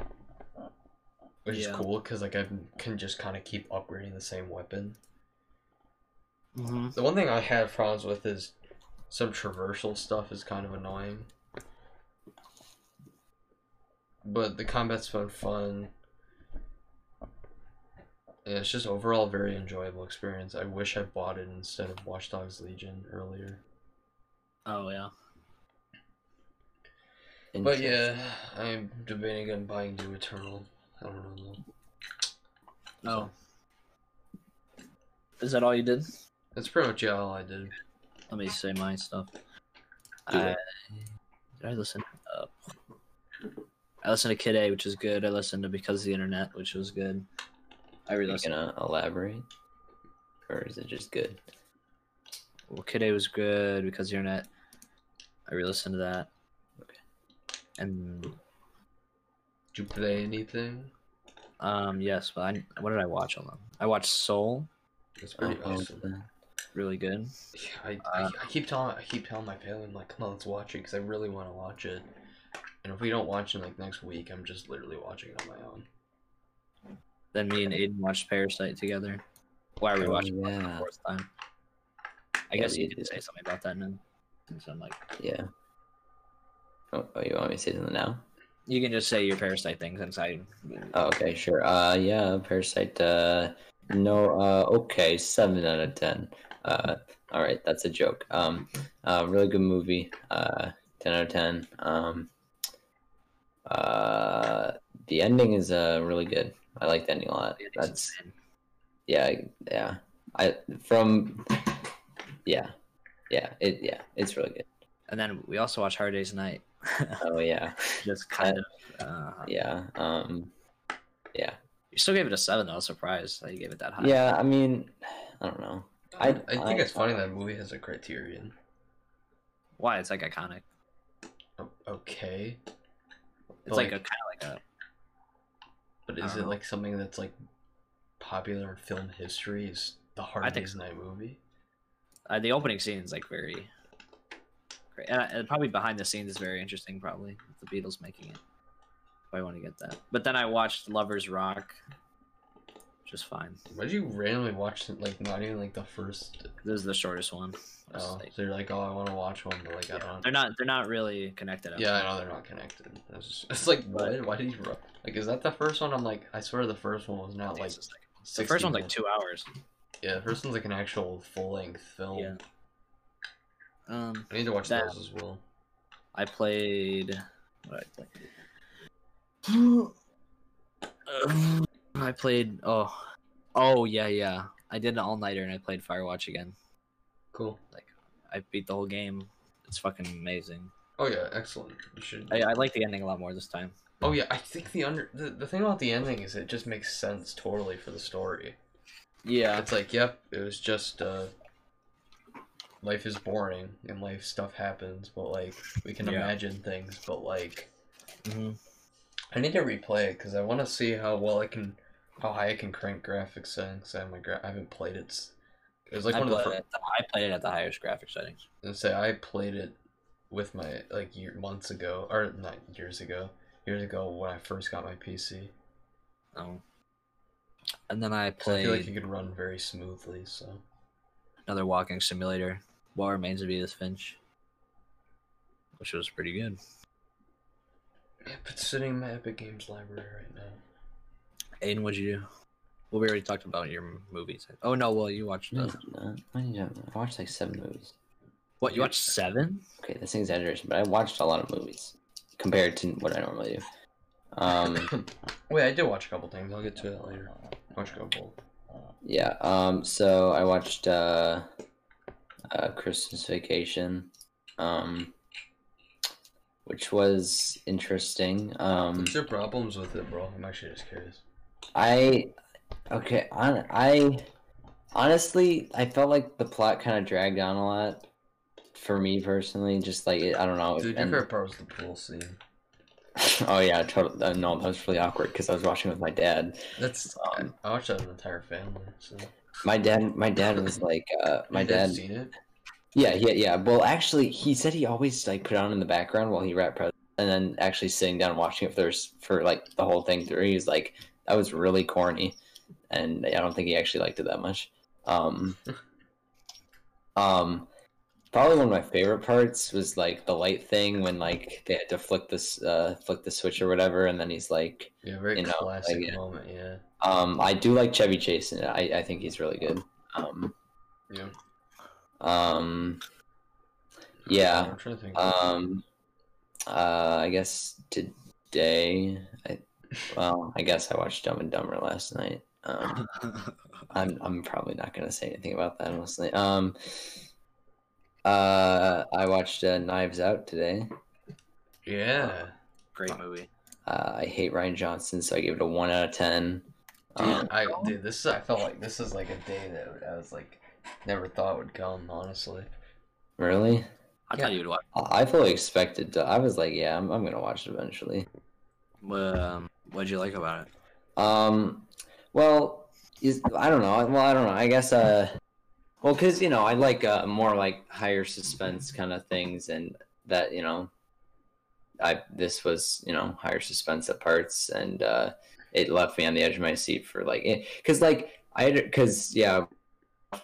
Speaker 1: Which
Speaker 2: Yeah.
Speaker 1: is cool because like I can just kind of keep upgrading the same weapon.
Speaker 2: hmm
Speaker 1: The one thing I have problems with is some traversal stuff is kind of annoying. But the combat's been fun. Yeah, it's just overall a very enjoyable experience. I wish I bought it instead of Watch Dogs Legion earlier.
Speaker 2: Oh yeah.
Speaker 1: But yeah, I'm debating on buying Doom Eternal. I don't know. though.
Speaker 2: Oh. Is that all you did?
Speaker 1: That's pretty much all I did.
Speaker 2: Let me say my stuff.
Speaker 3: Do
Speaker 2: I, did I listen? Uh, I listened to Kid A, which is good. I listened to Because of the Internet, which was good. I
Speaker 3: Are you
Speaker 2: re-listened.
Speaker 3: gonna elaborate, or is it just good?
Speaker 2: Well, Kid A was good because of the internet. I re-listened to that. And
Speaker 1: Did you play anything?
Speaker 2: um, yes, but I what did I watch on them? I watched Soul,
Speaker 1: That's pretty
Speaker 3: Oh,
Speaker 1: awesome.
Speaker 2: really good.
Speaker 1: Yeah, I, I, I keep telling I keep telling my family I'm like, come on, let's watch it because I really want to watch it. And if we don't watch it like next week, I'm just literally watching it on my own.
Speaker 2: Then me and Aiden watched Parasite together. Why are we
Speaker 3: Oh,
Speaker 2: watching it for the
Speaker 3: yeah.
Speaker 2: fourth time? I
Speaker 3: Yeah,
Speaker 2: guess
Speaker 3: we
Speaker 2: you
Speaker 3: did
Speaker 2: did say
Speaker 3: that.
Speaker 2: something about that, and then since I'm like,
Speaker 3: Yeah. Oh, oh, you want me to say something now?
Speaker 2: you can just say your Parasite thing since I.
Speaker 3: Oh, okay, sure. Uh, yeah, Parasite. Uh, no. Uh, okay, seven out of ten. Uh, all right, that's a joke. Um, uh, really good movie. Uh, ten out of ten. Um, uh, the ending is uh really good. I like the ending a lot. That's yeah, yeah. I from yeah, yeah. It yeah, it's really good.
Speaker 2: And then we also watched Hard Day's Night.
Speaker 3: Oh yeah,
Speaker 2: Just kind of. Uh,
Speaker 3: yeah, um, yeah,
Speaker 2: you still gave it a seven though. I was surprised that you gave it that high.
Speaker 3: yeah. I mean, I don't know. I-
Speaker 1: Um, I, think
Speaker 3: I-
Speaker 1: it's funny that movie has a criterion.
Speaker 2: Why? It's like iconic.
Speaker 1: O- Okay,
Speaker 2: It's like, a kind of like a.
Speaker 1: but
Speaker 2: I
Speaker 1: is
Speaker 2: don't
Speaker 1: it
Speaker 2: know.
Speaker 1: like something that's like popular in film history? Is the Hard
Speaker 2: I think
Speaker 1: Day's
Speaker 2: so.
Speaker 1: Night movie?
Speaker 2: Uh, the opening scene is like very. great. And, uh, and probably behind the scenes is very interesting. Probably with the Beatles making it. If I want to get that, but then I watched Lovers Rock. Just fine.
Speaker 1: Why did you randomly watch it, like not even like the first?
Speaker 2: This is the shortest one. It's
Speaker 1: Oh,
Speaker 2: like-
Speaker 1: so you're like, oh, I want to watch one, but like I don't.
Speaker 2: they're not. They're not really connected. at
Speaker 1: Yeah, I
Speaker 2: all.
Speaker 1: know they're not connected. It's, just, it's like
Speaker 2: But-
Speaker 1: what? Why did you ru- like? Is that the first one? I'm like, I swear the first one was
Speaker 2: I
Speaker 1: not
Speaker 2: think
Speaker 1: like.
Speaker 2: it's just like- the first
Speaker 1: 60
Speaker 2: one's like
Speaker 1: minutes.
Speaker 2: two hours.
Speaker 1: Yeah, the first one's like an actual full length film.
Speaker 2: Yeah. Um,
Speaker 1: I need to watch
Speaker 2: That-
Speaker 1: those as well.
Speaker 2: I played. What did I play? Um, I played. Oh, oh yeah, yeah. I did an all nighter and I played Firewatch again.
Speaker 1: Cool.
Speaker 2: I beat the whole game. It's fucking amazing.
Speaker 1: Oh yeah, excellent. You should.
Speaker 2: I, I like the ending a lot more this time.
Speaker 1: Oh yeah, I think the under the, the thing about the ending is it just makes sense totally for the story.
Speaker 2: Yeah,
Speaker 1: It's like, yep, it was just uh life is boring and life stuff happens, but like we can
Speaker 2: Yeah.
Speaker 1: imagine things, but like
Speaker 2: hmm
Speaker 1: I need to replay it cuz I want to see how well I can how high I can crank graphics settings. I haven't gra- I haven't played it. s- It was like
Speaker 2: I,
Speaker 1: one of the first
Speaker 2: played it at the, I played it at the highest graphics settings.
Speaker 1: and say I played it with my like year, months ago or not years ago, years ago when I first got my PC.
Speaker 2: Um, and then I
Speaker 1: 'Cause I
Speaker 2: played
Speaker 1: feel like you could run very smoothly. So
Speaker 2: another walking simulator. What remains of Edith Finch, which was pretty good.
Speaker 1: yeah, but sitting in my Epic Games library right now.
Speaker 2: Aiden, what'd you do? Well, we already talked about your m- movies. Oh no, well you watched
Speaker 3: No,
Speaker 2: uh,
Speaker 3: no, I need to- I watched like seven movies.
Speaker 2: what? You watched seven?
Speaker 3: Okay, that's an exaggeration, but I watched a lot of movies compared to what I normally do. Um,
Speaker 1: Wait, I did watch a couple things. I'll get to that later. Watch a couple.
Speaker 3: yeah. Um, so I watched uh, uh, Christmas Vacation, um, which was interesting. Um,
Speaker 1: What's your problems with it, bro? I'm actually just curious.
Speaker 3: I okay, on I honestly I felt like the plot kind of dragged on a lot for me personally. Just like it, I don't know. it-
Speaker 1: Dude, your
Speaker 3: and-
Speaker 1: favorite part was the pool scene.
Speaker 3: oh yeah, totally. uh, No, that was really awkward because I was watching with my dad. Um,
Speaker 1: That's I, I watched that with the entire family. So.
Speaker 3: My dad, my dad was like, uh, my
Speaker 1: Your dad's
Speaker 3: dad.
Speaker 1: seen it.
Speaker 3: Yeah, yeah, yeah. Well, actually, he said he always like put it on in the background while he rap pres and then actually sitting down and watching it for, for like the whole thing through. He was like, that was really corny, and I don't think he actually liked it that much. Um, um, probably one of my favorite parts was like the light thing when like they had to flick this, uh, flick the switch or whatever, and then he's like,
Speaker 1: Yeah, very
Speaker 3: You know, like,
Speaker 1: classic
Speaker 3: yeah.
Speaker 1: moment. Yeah.
Speaker 3: um, I do like Chevy Chase, and I, I think he's really good. Um,
Speaker 1: Yeah.
Speaker 3: um, Yeah,
Speaker 1: I'm trying to think.
Speaker 3: Um, uh, I guess today. I well, I guess I watched Dumb and Dumber last night. Um, I'm I'm probably not gonna say anything about that honestly. Um, uh, I watched uh, Knives Out today.
Speaker 1: yeah.
Speaker 2: Great movie.
Speaker 3: Uh, I hate Ryan Johnson, so I gave it a one out of ten.
Speaker 1: Dude,
Speaker 3: Um,
Speaker 1: I dude, this I felt like this is like a day that I was like never thought would come. Honestly,
Speaker 3: really?
Speaker 2: I thought you would watch.
Speaker 3: I I fully expected to. I was like, yeah, I'm, I'm gonna watch it eventually.
Speaker 2: Um, what'd you like about it?
Speaker 3: Um, well, is, I don't know. Well, I don't know. I guess. Uh, well, because you know, I like uh, more like higher suspense kind of things, and that you know, I this was you know higher suspense at parts, and uh, it left me on the edge of my seat for like because like I because yeah,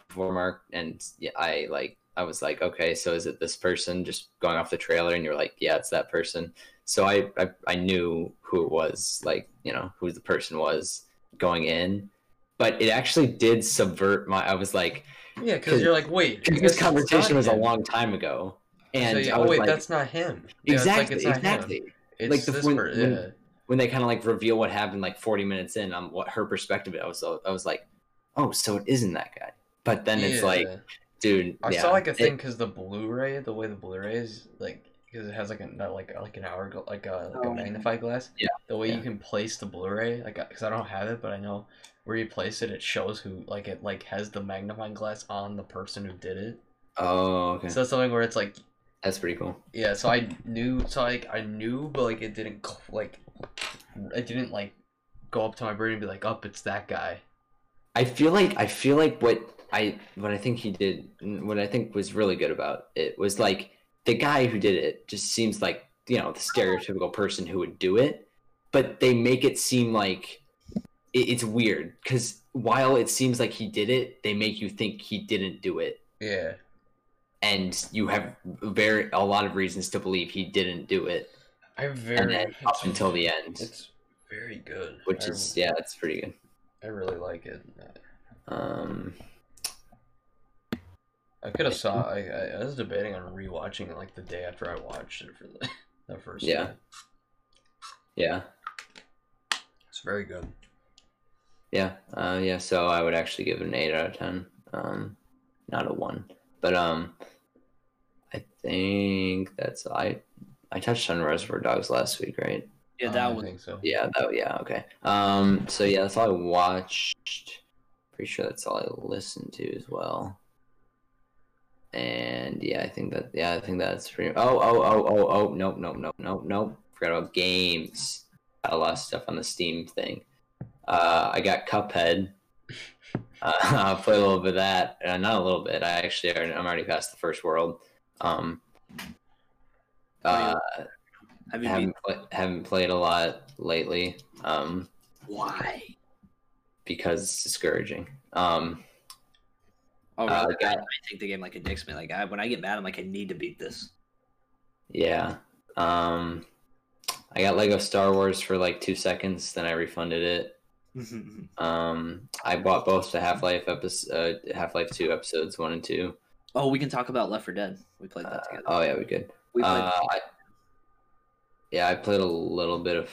Speaker 3: before Mark and yeah, I like I was like okay, so is it this person just going off the trailer, and you're like yeah, it's that person so I, I I knew who it was, like you know who the person was going in, but it actually did subvert my. I was like,
Speaker 1: yeah, because you're like, wait, I
Speaker 3: 'cause
Speaker 1: guess
Speaker 3: this
Speaker 1: it's
Speaker 3: conversation
Speaker 1: not
Speaker 3: was a
Speaker 1: him.
Speaker 3: long time ago,
Speaker 1: So
Speaker 3: and
Speaker 1: you-
Speaker 3: I
Speaker 1: oh
Speaker 3: was
Speaker 1: wait,
Speaker 3: like,
Speaker 1: that's not him. Yeah, it's like,
Speaker 3: exactly
Speaker 1: it's not him.
Speaker 3: exactly.
Speaker 1: It's
Speaker 3: Like, the
Speaker 1: this
Speaker 3: when-
Speaker 1: per-
Speaker 3: when-
Speaker 1: yeah.
Speaker 3: When they kind of like reveal what happened, like forty minutes in, on what her perspective, I was I was like, oh, so it isn't that guy. But then it's
Speaker 1: Yeah.
Speaker 3: like, dude,
Speaker 1: I
Speaker 3: yeah,
Speaker 1: saw like a
Speaker 3: it-
Speaker 1: thing because the Blu-ray, the way the Blu-ray is, like because it has like an not like like an hour gl- like a, like
Speaker 2: Oh.
Speaker 1: a magnify glass.
Speaker 3: Yeah,
Speaker 1: The way
Speaker 3: yeah.
Speaker 1: you can place the Blu-ray, like because I don't have it, but I know where you place it, it shows who like it like has the magnifying glass on the person who did it.
Speaker 3: Oh, okay.
Speaker 1: So that's something where it's like
Speaker 3: That's pretty cool.
Speaker 1: yeah. So I knew, so like I knew, but like it didn't cl- like it didn't like go up to my brain and be like, up, it's that guy.
Speaker 3: I feel like I feel like what I what I think he did and what I think was really good about it was like the guy who did it just seems like you know the stereotypical person who would do it, but they make it seem like it, it's weird because while it seems like he did it, they make you think he didn't do it,
Speaker 1: Yeah.
Speaker 3: and you have very a lot of reasons to believe he didn't do it,
Speaker 1: I
Speaker 3: and
Speaker 1: very
Speaker 3: then up until the end,
Speaker 1: It's very good.
Speaker 3: which
Speaker 1: I-
Speaker 3: is yeah, that's pretty good.
Speaker 1: I really like it.
Speaker 3: Um,
Speaker 1: I could have saw. I, I, I was debating on rewatching it like the day after I watched it for the, the first.
Speaker 3: Yeah.
Speaker 1: time.
Speaker 3: yeah.
Speaker 1: it's very good.
Speaker 3: Yeah, uh, yeah. So I would actually give it an eight out of ten, um, not a one. But um, I think that's I. I touched on Reservoir Dogs last week, right?
Speaker 2: Yeah,
Speaker 1: Um,
Speaker 2: that
Speaker 1: I
Speaker 2: was
Speaker 1: think so.
Speaker 3: Yeah. That, yeah. Okay. Um. So yeah, that's all I watched. Pretty sure that's all I listened to as well. And yeah, I think that yeah, I think that's pretty. Oh oh oh oh oh nope nope nope nope nope. Forgot about games. Got a lot of stuff on the Steam thing. Uh, I got Cuphead. Uh, I played a little bit of that. Uh, not a little bit. I actually already, I'm already past the first world. Um. Uh,
Speaker 2: have you been
Speaker 3: haven't pla haven't played a lot lately. Um,
Speaker 2: why?
Speaker 3: because it's discouraging. Um,
Speaker 2: Oh,
Speaker 3: uh,
Speaker 2: really? I,
Speaker 3: got-
Speaker 2: I think the game like addicts me. Like I, when I get mad, I'm like, I need to beat this.
Speaker 3: yeah. Um, I got Lego Star Wars for like two seconds, then I refunded it. Um, I bought both the Half Life episode, uh, Half Life Two episodes one and two.
Speaker 2: oh, we can talk about Left 4 Dead. We played that together.
Speaker 3: Oh yeah, we good.
Speaker 2: We played.
Speaker 3: Uh, I, yeah, I played a little bit of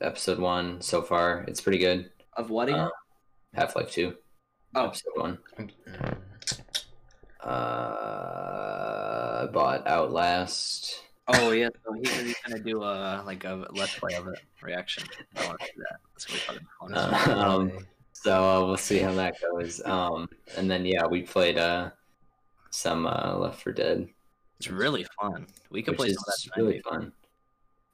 Speaker 3: episode one so far. It's pretty good.
Speaker 2: of what? again?
Speaker 3: uh, Half Life Two.
Speaker 2: Oh.
Speaker 3: episode one. Um,
Speaker 1: Mm,
Speaker 3: Uh, I bought Outlast.
Speaker 2: oh yeah. So he- he's gonna do a like a let's play of it reaction. I want to do that. That's gonna be fucking fun.
Speaker 1: that's
Speaker 3: Uh,
Speaker 1: really
Speaker 3: um,
Speaker 1: funny.
Speaker 3: So uh, we'll see how that goes. Um, and then yeah, we played uh some uh, Left for Dead,
Speaker 2: it's really fun. We could
Speaker 3: which
Speaker 2: play some of that
Speaker 3: is
Speaker 2: tonight,
Speaker 3: really
Speaker 2: maybe.
Speaker 3: fun.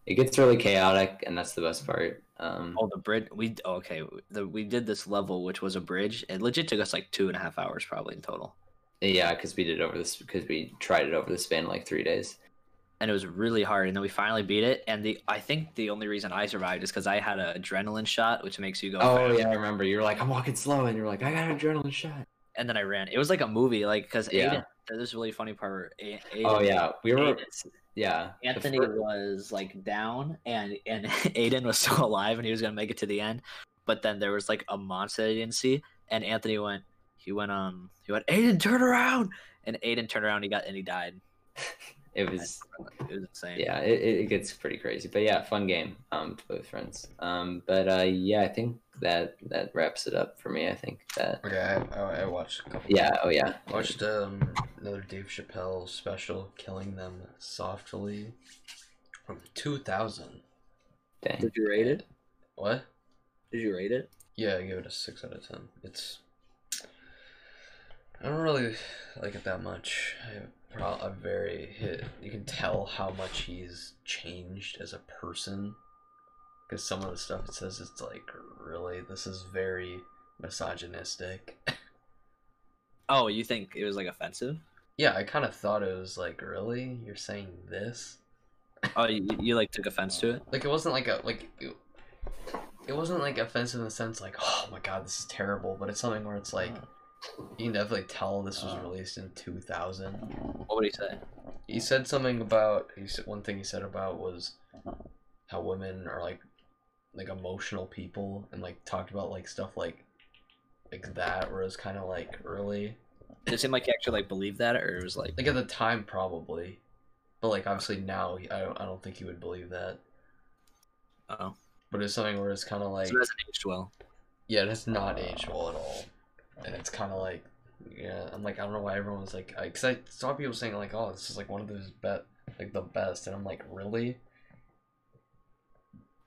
Speaker 3: It gets really chaotic, and that's the best part. Um,
Speaker 2: Oh, the bridge. We oh, okay. The, we did this level, which was a bridge. It legit took us like two and a half hours, probably in total.
Speaker 3: yeah, because we did over this because we tried it over the span of like three days.
Speaker 2: and it was really hard. And then we finally beat it. And the I think the only reason I survived is because I had an adrenaline shot, which makes you go.
Speaker 3: Oh
Speaker 2: fast.
Speaker 3: yeah, I remember. You were like, I'm walking slow, and you're like, I got an adrenaline shot.
Speaker 2: And then I ran. It was like a movie, like because
Speaker 3: Yeah.
Speaker 2: Aiden. There's a really funny part. Where A- Aiden,
Speaker 3: Oh yeah, we were.
Speaker 2: Aiden-
Speaker 3: Yeah, the
Speaker 2: Anthony
Speaker 3: fir-
Speaker 2: was like down, and and Aiden was still alive, and he was gonna make it to the end. But then there was like a monster that he didn't see, and Anthony went. He went um. He went. Aiden, turn around. And Aiden turned around. He got and he died.
Speaker 3: It was
Speaker 2: It was insane.
Speaker 3: yeah it, it it gets pretty crazy but yeah fun game um to play with friends um but uh yeah i think that that wraps it up for me i think that
Speaker 1: okay, I, I, I watched a couple.
Speaker 3: yeah oh yeah
Speaker 1: I watched um another Dave Chappelle special, "Killing Them Softly," from 2000.
Speaker 3: dang
Speaker 2: Did you rate it?
Speaker 1: What?
Speaker 2: Did you rate it?
Speaker 1: Yeah, I give it a six out of ten. It's I don't really like it that much. I pro- I'm very hit. You can tell how much he's changed as a person because some of the stuff it says it's like really this is very misogynistic.
Speaker 2: Oh, you think it was like offensive?
Speaker 1: yeah, I kind of thought it was like really you're saying this.
Speaker 2: Oh, you, you like took offense to it?
Speaker 1: Like it wasn't like a like it, it wasn't like offensive in the sense like oh my god this is terrible, but it's something where it's like. You can definitely tell this was released in 2000.
Speaker 2: What would he say?
Speaker 1: He said something about he said one thing he said about was how women are like like emotional people and like talked about like stuff like like that where it was kind of like early
Speaker 2: Did it seem like he actually like believed that, or it was like
Speaker 1: like at the time probably but like obviously now he- I don't, I don't think he would believe that
Speaker 2: oh,
Speaker 1: but it's something where it's kind of like
Speaker 2: so it hasn't aged well?
Speaker 1: yeah it has not aged well at all and it's kind of like yeah I'm like I don't know why everyone was like because I saw people saying like oh this is like one of those bet like the best, and I'm like, really?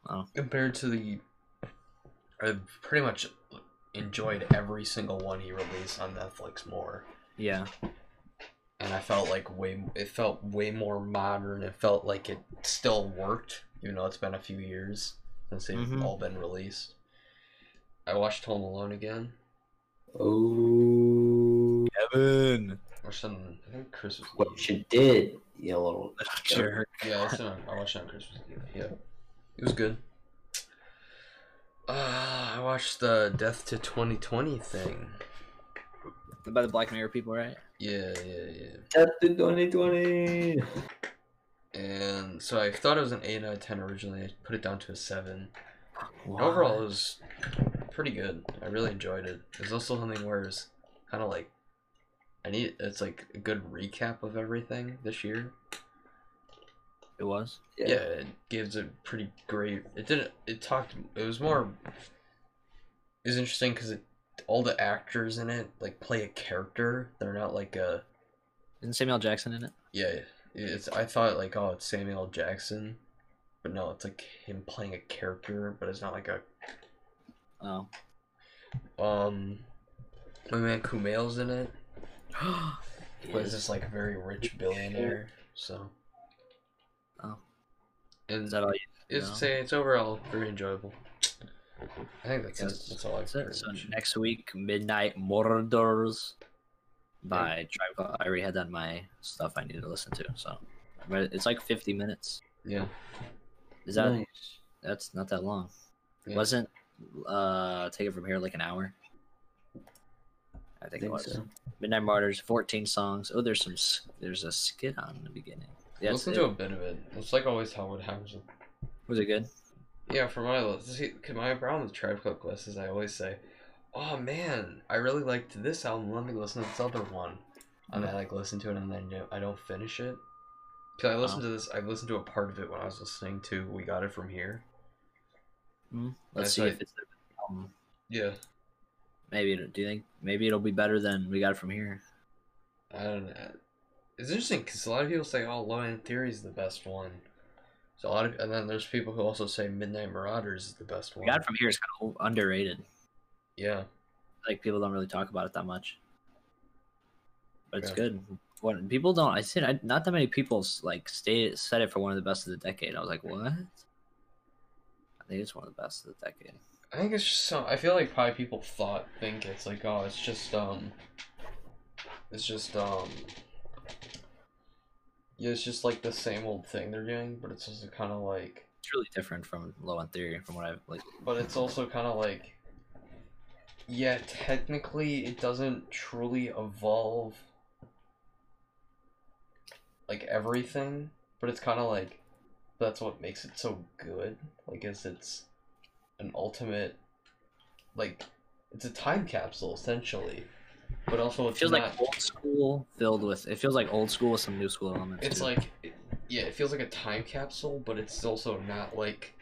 Speaker 2: Wow.
Speaker 1: Compared to the, I've pretty much enjoyed every single one he released on Netflix more,
Speaker 2: Yeah.
Speaker 1: and I felt like way it felt way more modern. It felt like it still worked, even though it's been a few years since they've
Speaker 2: Mhm.
Speaker 1: all been released. I watched Home Alone again.
Speaker 3: Oh,
Speaker 2: Kevin.
Speaker 1: Or some, I think Christmas.
Speaker 3: what
Speaker 1: Eve.
Speaker 3: you did, you little.
Speaker 2: Sure.
Speaker 1: Yeah, I, saw, I watched it on Christmas Eve. Yeah, it was good. Uh, I watched the Death to 2020 thing.
Speaker 2: By the Black Mirror people, right?
Speaker 1: Yeah, yeah, yeah.
Speaker 3: Chapter 2020.
Speaker 1: And so I thought it was an 8 out of 10 originally. I put it down to a 7. Overall, it was pretty good. I really enjoyed it. It's also something where it's kind of like. I need. It's like a good recap of everything this year.
Speaker 2: it was.
Speaker 1: yeah, it gives a pretty great it didn't it talked it was more it was interesting because it all the actors in it like play a character they're not like a
Speaker 2: Isn't Samuel Jackson in it?
Speaker 1: yeah it's i thought like oh it's samuel L. jackson but no it's like him playing a character but it's not like a
Speaker 2: Oh.
Speaker 1: um my man kumail's in it
Speaker 2: He
Speaker 1: but
Speaker 2: is.
Speaker 1: it's just like very rich billionaire so
Speaker 2: Oh.
Speaker 1: and
Speaker 2: Is that all you
Speaker 1: It's
Speaker 2: No.
Speaker 1: say it's overall very enjoyable. I think that's
Speaker 2: That's-
Speaker 1: it. That's all I
Speaker 2: That's it.
Speaker 1: pretty
Speaker 2: So
Speaker 1: much-
Speaker 2: next week, Midnight Murders by Tribe. Called- I already had that on my stuff I needed to listen to. So, but it's like 50 minutes.
Speaker 1: Yeah.
Speaker 2: Is that?
Speaker 3: Nice.
Speaker 2: That's not that long.
Speaker 1: Yeah.
Speaker 2: Wasn't uh take it from here like an hour? I
Speaker 3: I
Speaker 2: think, it
Speaker 3: think
Speaker 2: was.
Speaker 3: so.
Speaker 2: Midnight Martyrs, 14 songs. Oh, there's some. s- There's a skit on in the beginning. Yeah, it's-
Speaker 1: Listen
Speaker 2: it,
Speaker 1: to a bit of it. It's like always how it happens. With...
Speaker 2: was it good?
Speaker 1: Yeah, for my list, see, 'cause my problem with Tribe Called Quest is I always say, "Oh man, I really liked this album. Let me listen to this other one," and I like listen to it and then I don't finish it. Cause I listened to this. I listened to a part of it when I was listening to "We Got It From Here."
Speaker 2: Hmm? Let's
Speaker 1: That's
Speaker 2: see
Speaker 1: right.
Speaker 2: if it's the album.
Speaker 1: Yeah.
Speaker 2: Maybe it- do you think maybe it'll be better than we got it from here?
Speaker 1: I don't know. It's interesting because a lot of people say, "Oh, Low End Theory is the best one." So a lot of, and then there's people who also say Midnight Marauders is the best
Speaker 2: We
Speaker 1: one.
Speaker 2: got it from here is kind of underrated.
Speaker 1: yeah,
Speaker 2: like people don't really talk about it that much. But it's
Speaker 1: Yeah.
Speaker 2: good. What people don't, I said, I, not that many people s- like stay said it for one of the best of the decade. I was like, what? I think it's one of the best of the decade.
Speaker 1: I think it's just some. I feel like probably people thought think it's like, oh, it's just um, it's just um, yeah, it's just like the same old thing they're doing, but it's just kind of like,
Speaker 2: It's really different from Low End Theory, from what I've like.
Speaker 1: but it's also kind of like, yeah, technically it doesn't truly evolve like everything, but it's kind of like that's what makes it so good. Like, is it's an ultimate, like, it's a time capsule essentially, but also
Speaker 2: It
Speaker 1: it's
Speaker 2: feels
Speaker 1: not.
Speaker 2: like old school filled with. It feels like old school with some new school elements.
Speaker 1: it's
Speaker 2: too.
Speaker 1: like, it- yeah, it feels like a time capsule, but it's also not like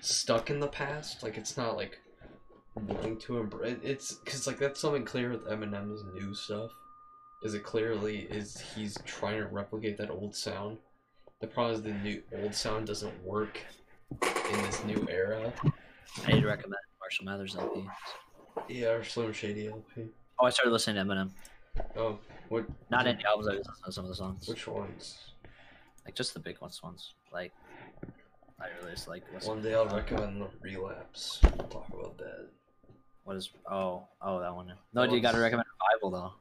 Speaker 1: stuck in the past. Like, it's not like willing to embrace. It's because like that's something clear with Eminem's new stuff. Is it clearly is he's trying to replicate that old sound? The problem is the new old sound doesn't work in this new era.
Speaker 2: I did recommend Marshall Mathers LP.
Speaker 1: Yeah, or Slim Shady LP.
Speaker 2: Oh, I started listening to Eminem.
Speaker 1: Oh, what?
Speaker 2: Not any albums. I was listening to some of the songs,
Speaker 1: Which ones?
Speaker 2: like just the big ones. Ones like I really just like. listening
Speaker 1: One day I'll recommend the relapse. We'll talk about that.
Speaker 2: What is? Oh, oh, that one. No,
Speaker 1: That
Speaker 2: you got to
Speaker 1: one's-
Speaker 2: recommend Revival though.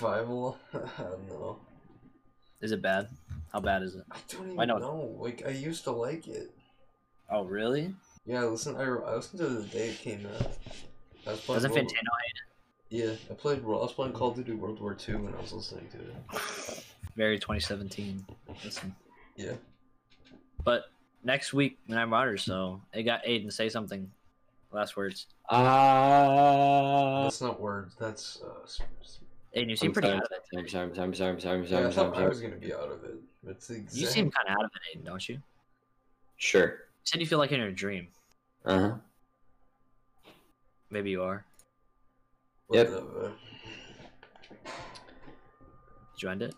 Speaker 1: Revival? no.
Speaker 2: Is it bad? How bad is it?
Speaker 1: I don't even
Speaker 2: Why not?
Speaker 1: know. Like I used to like it.
Speaker 2: Oh, really?
Speaker 1: Yeah, I listened. I, I listened to it the day it came out. I was playing
Speaker 2: Doesn't
Speaker 1: World-
Speaker 2: Fantano hate
Speaker 1: Yeah, I played. World- I was playing Call of Duty World War Two when I was listening to it.
Speaker 2: it? Very 2017. Listen.
Speaker 1: Yeah.
Speaker 2: But next week, Midnight Marauders. So it got Aiden. Say something. Last words.
Speaker 3: Ah.
Speaker 1: That's not words. That's. Uh, s- s-
Speaker 2: Aiden, you seem
Speaker 3: I'm
Speaker 2: pretty
Speaker 3: sorry.
Speaker 2: out of it.
Speaker 3: I'm sorry, I'm sorry, I'm sorry, I'm sorry, I'm sorry,
Speaker 1: yeah, I
Speaker 3: I'm sorry,
Speaker 1: thought
Speaker 3: I'm
Speaker 1: I was
Speaker 3: sorry.
Speaker 1: gonna be out of it. It's exactly.
Speaker 2: You seem kind of out of it, Aiden, don't you? You
Speaker 3: Sure.
Speaker 2: said you feel like in your dream.
Speaker 3: Uh huh.
Speaker 2: Maybe you are.
Speaker 3: Yep.
Speaker 1: Whatever.
Speaker 2: Did you end it?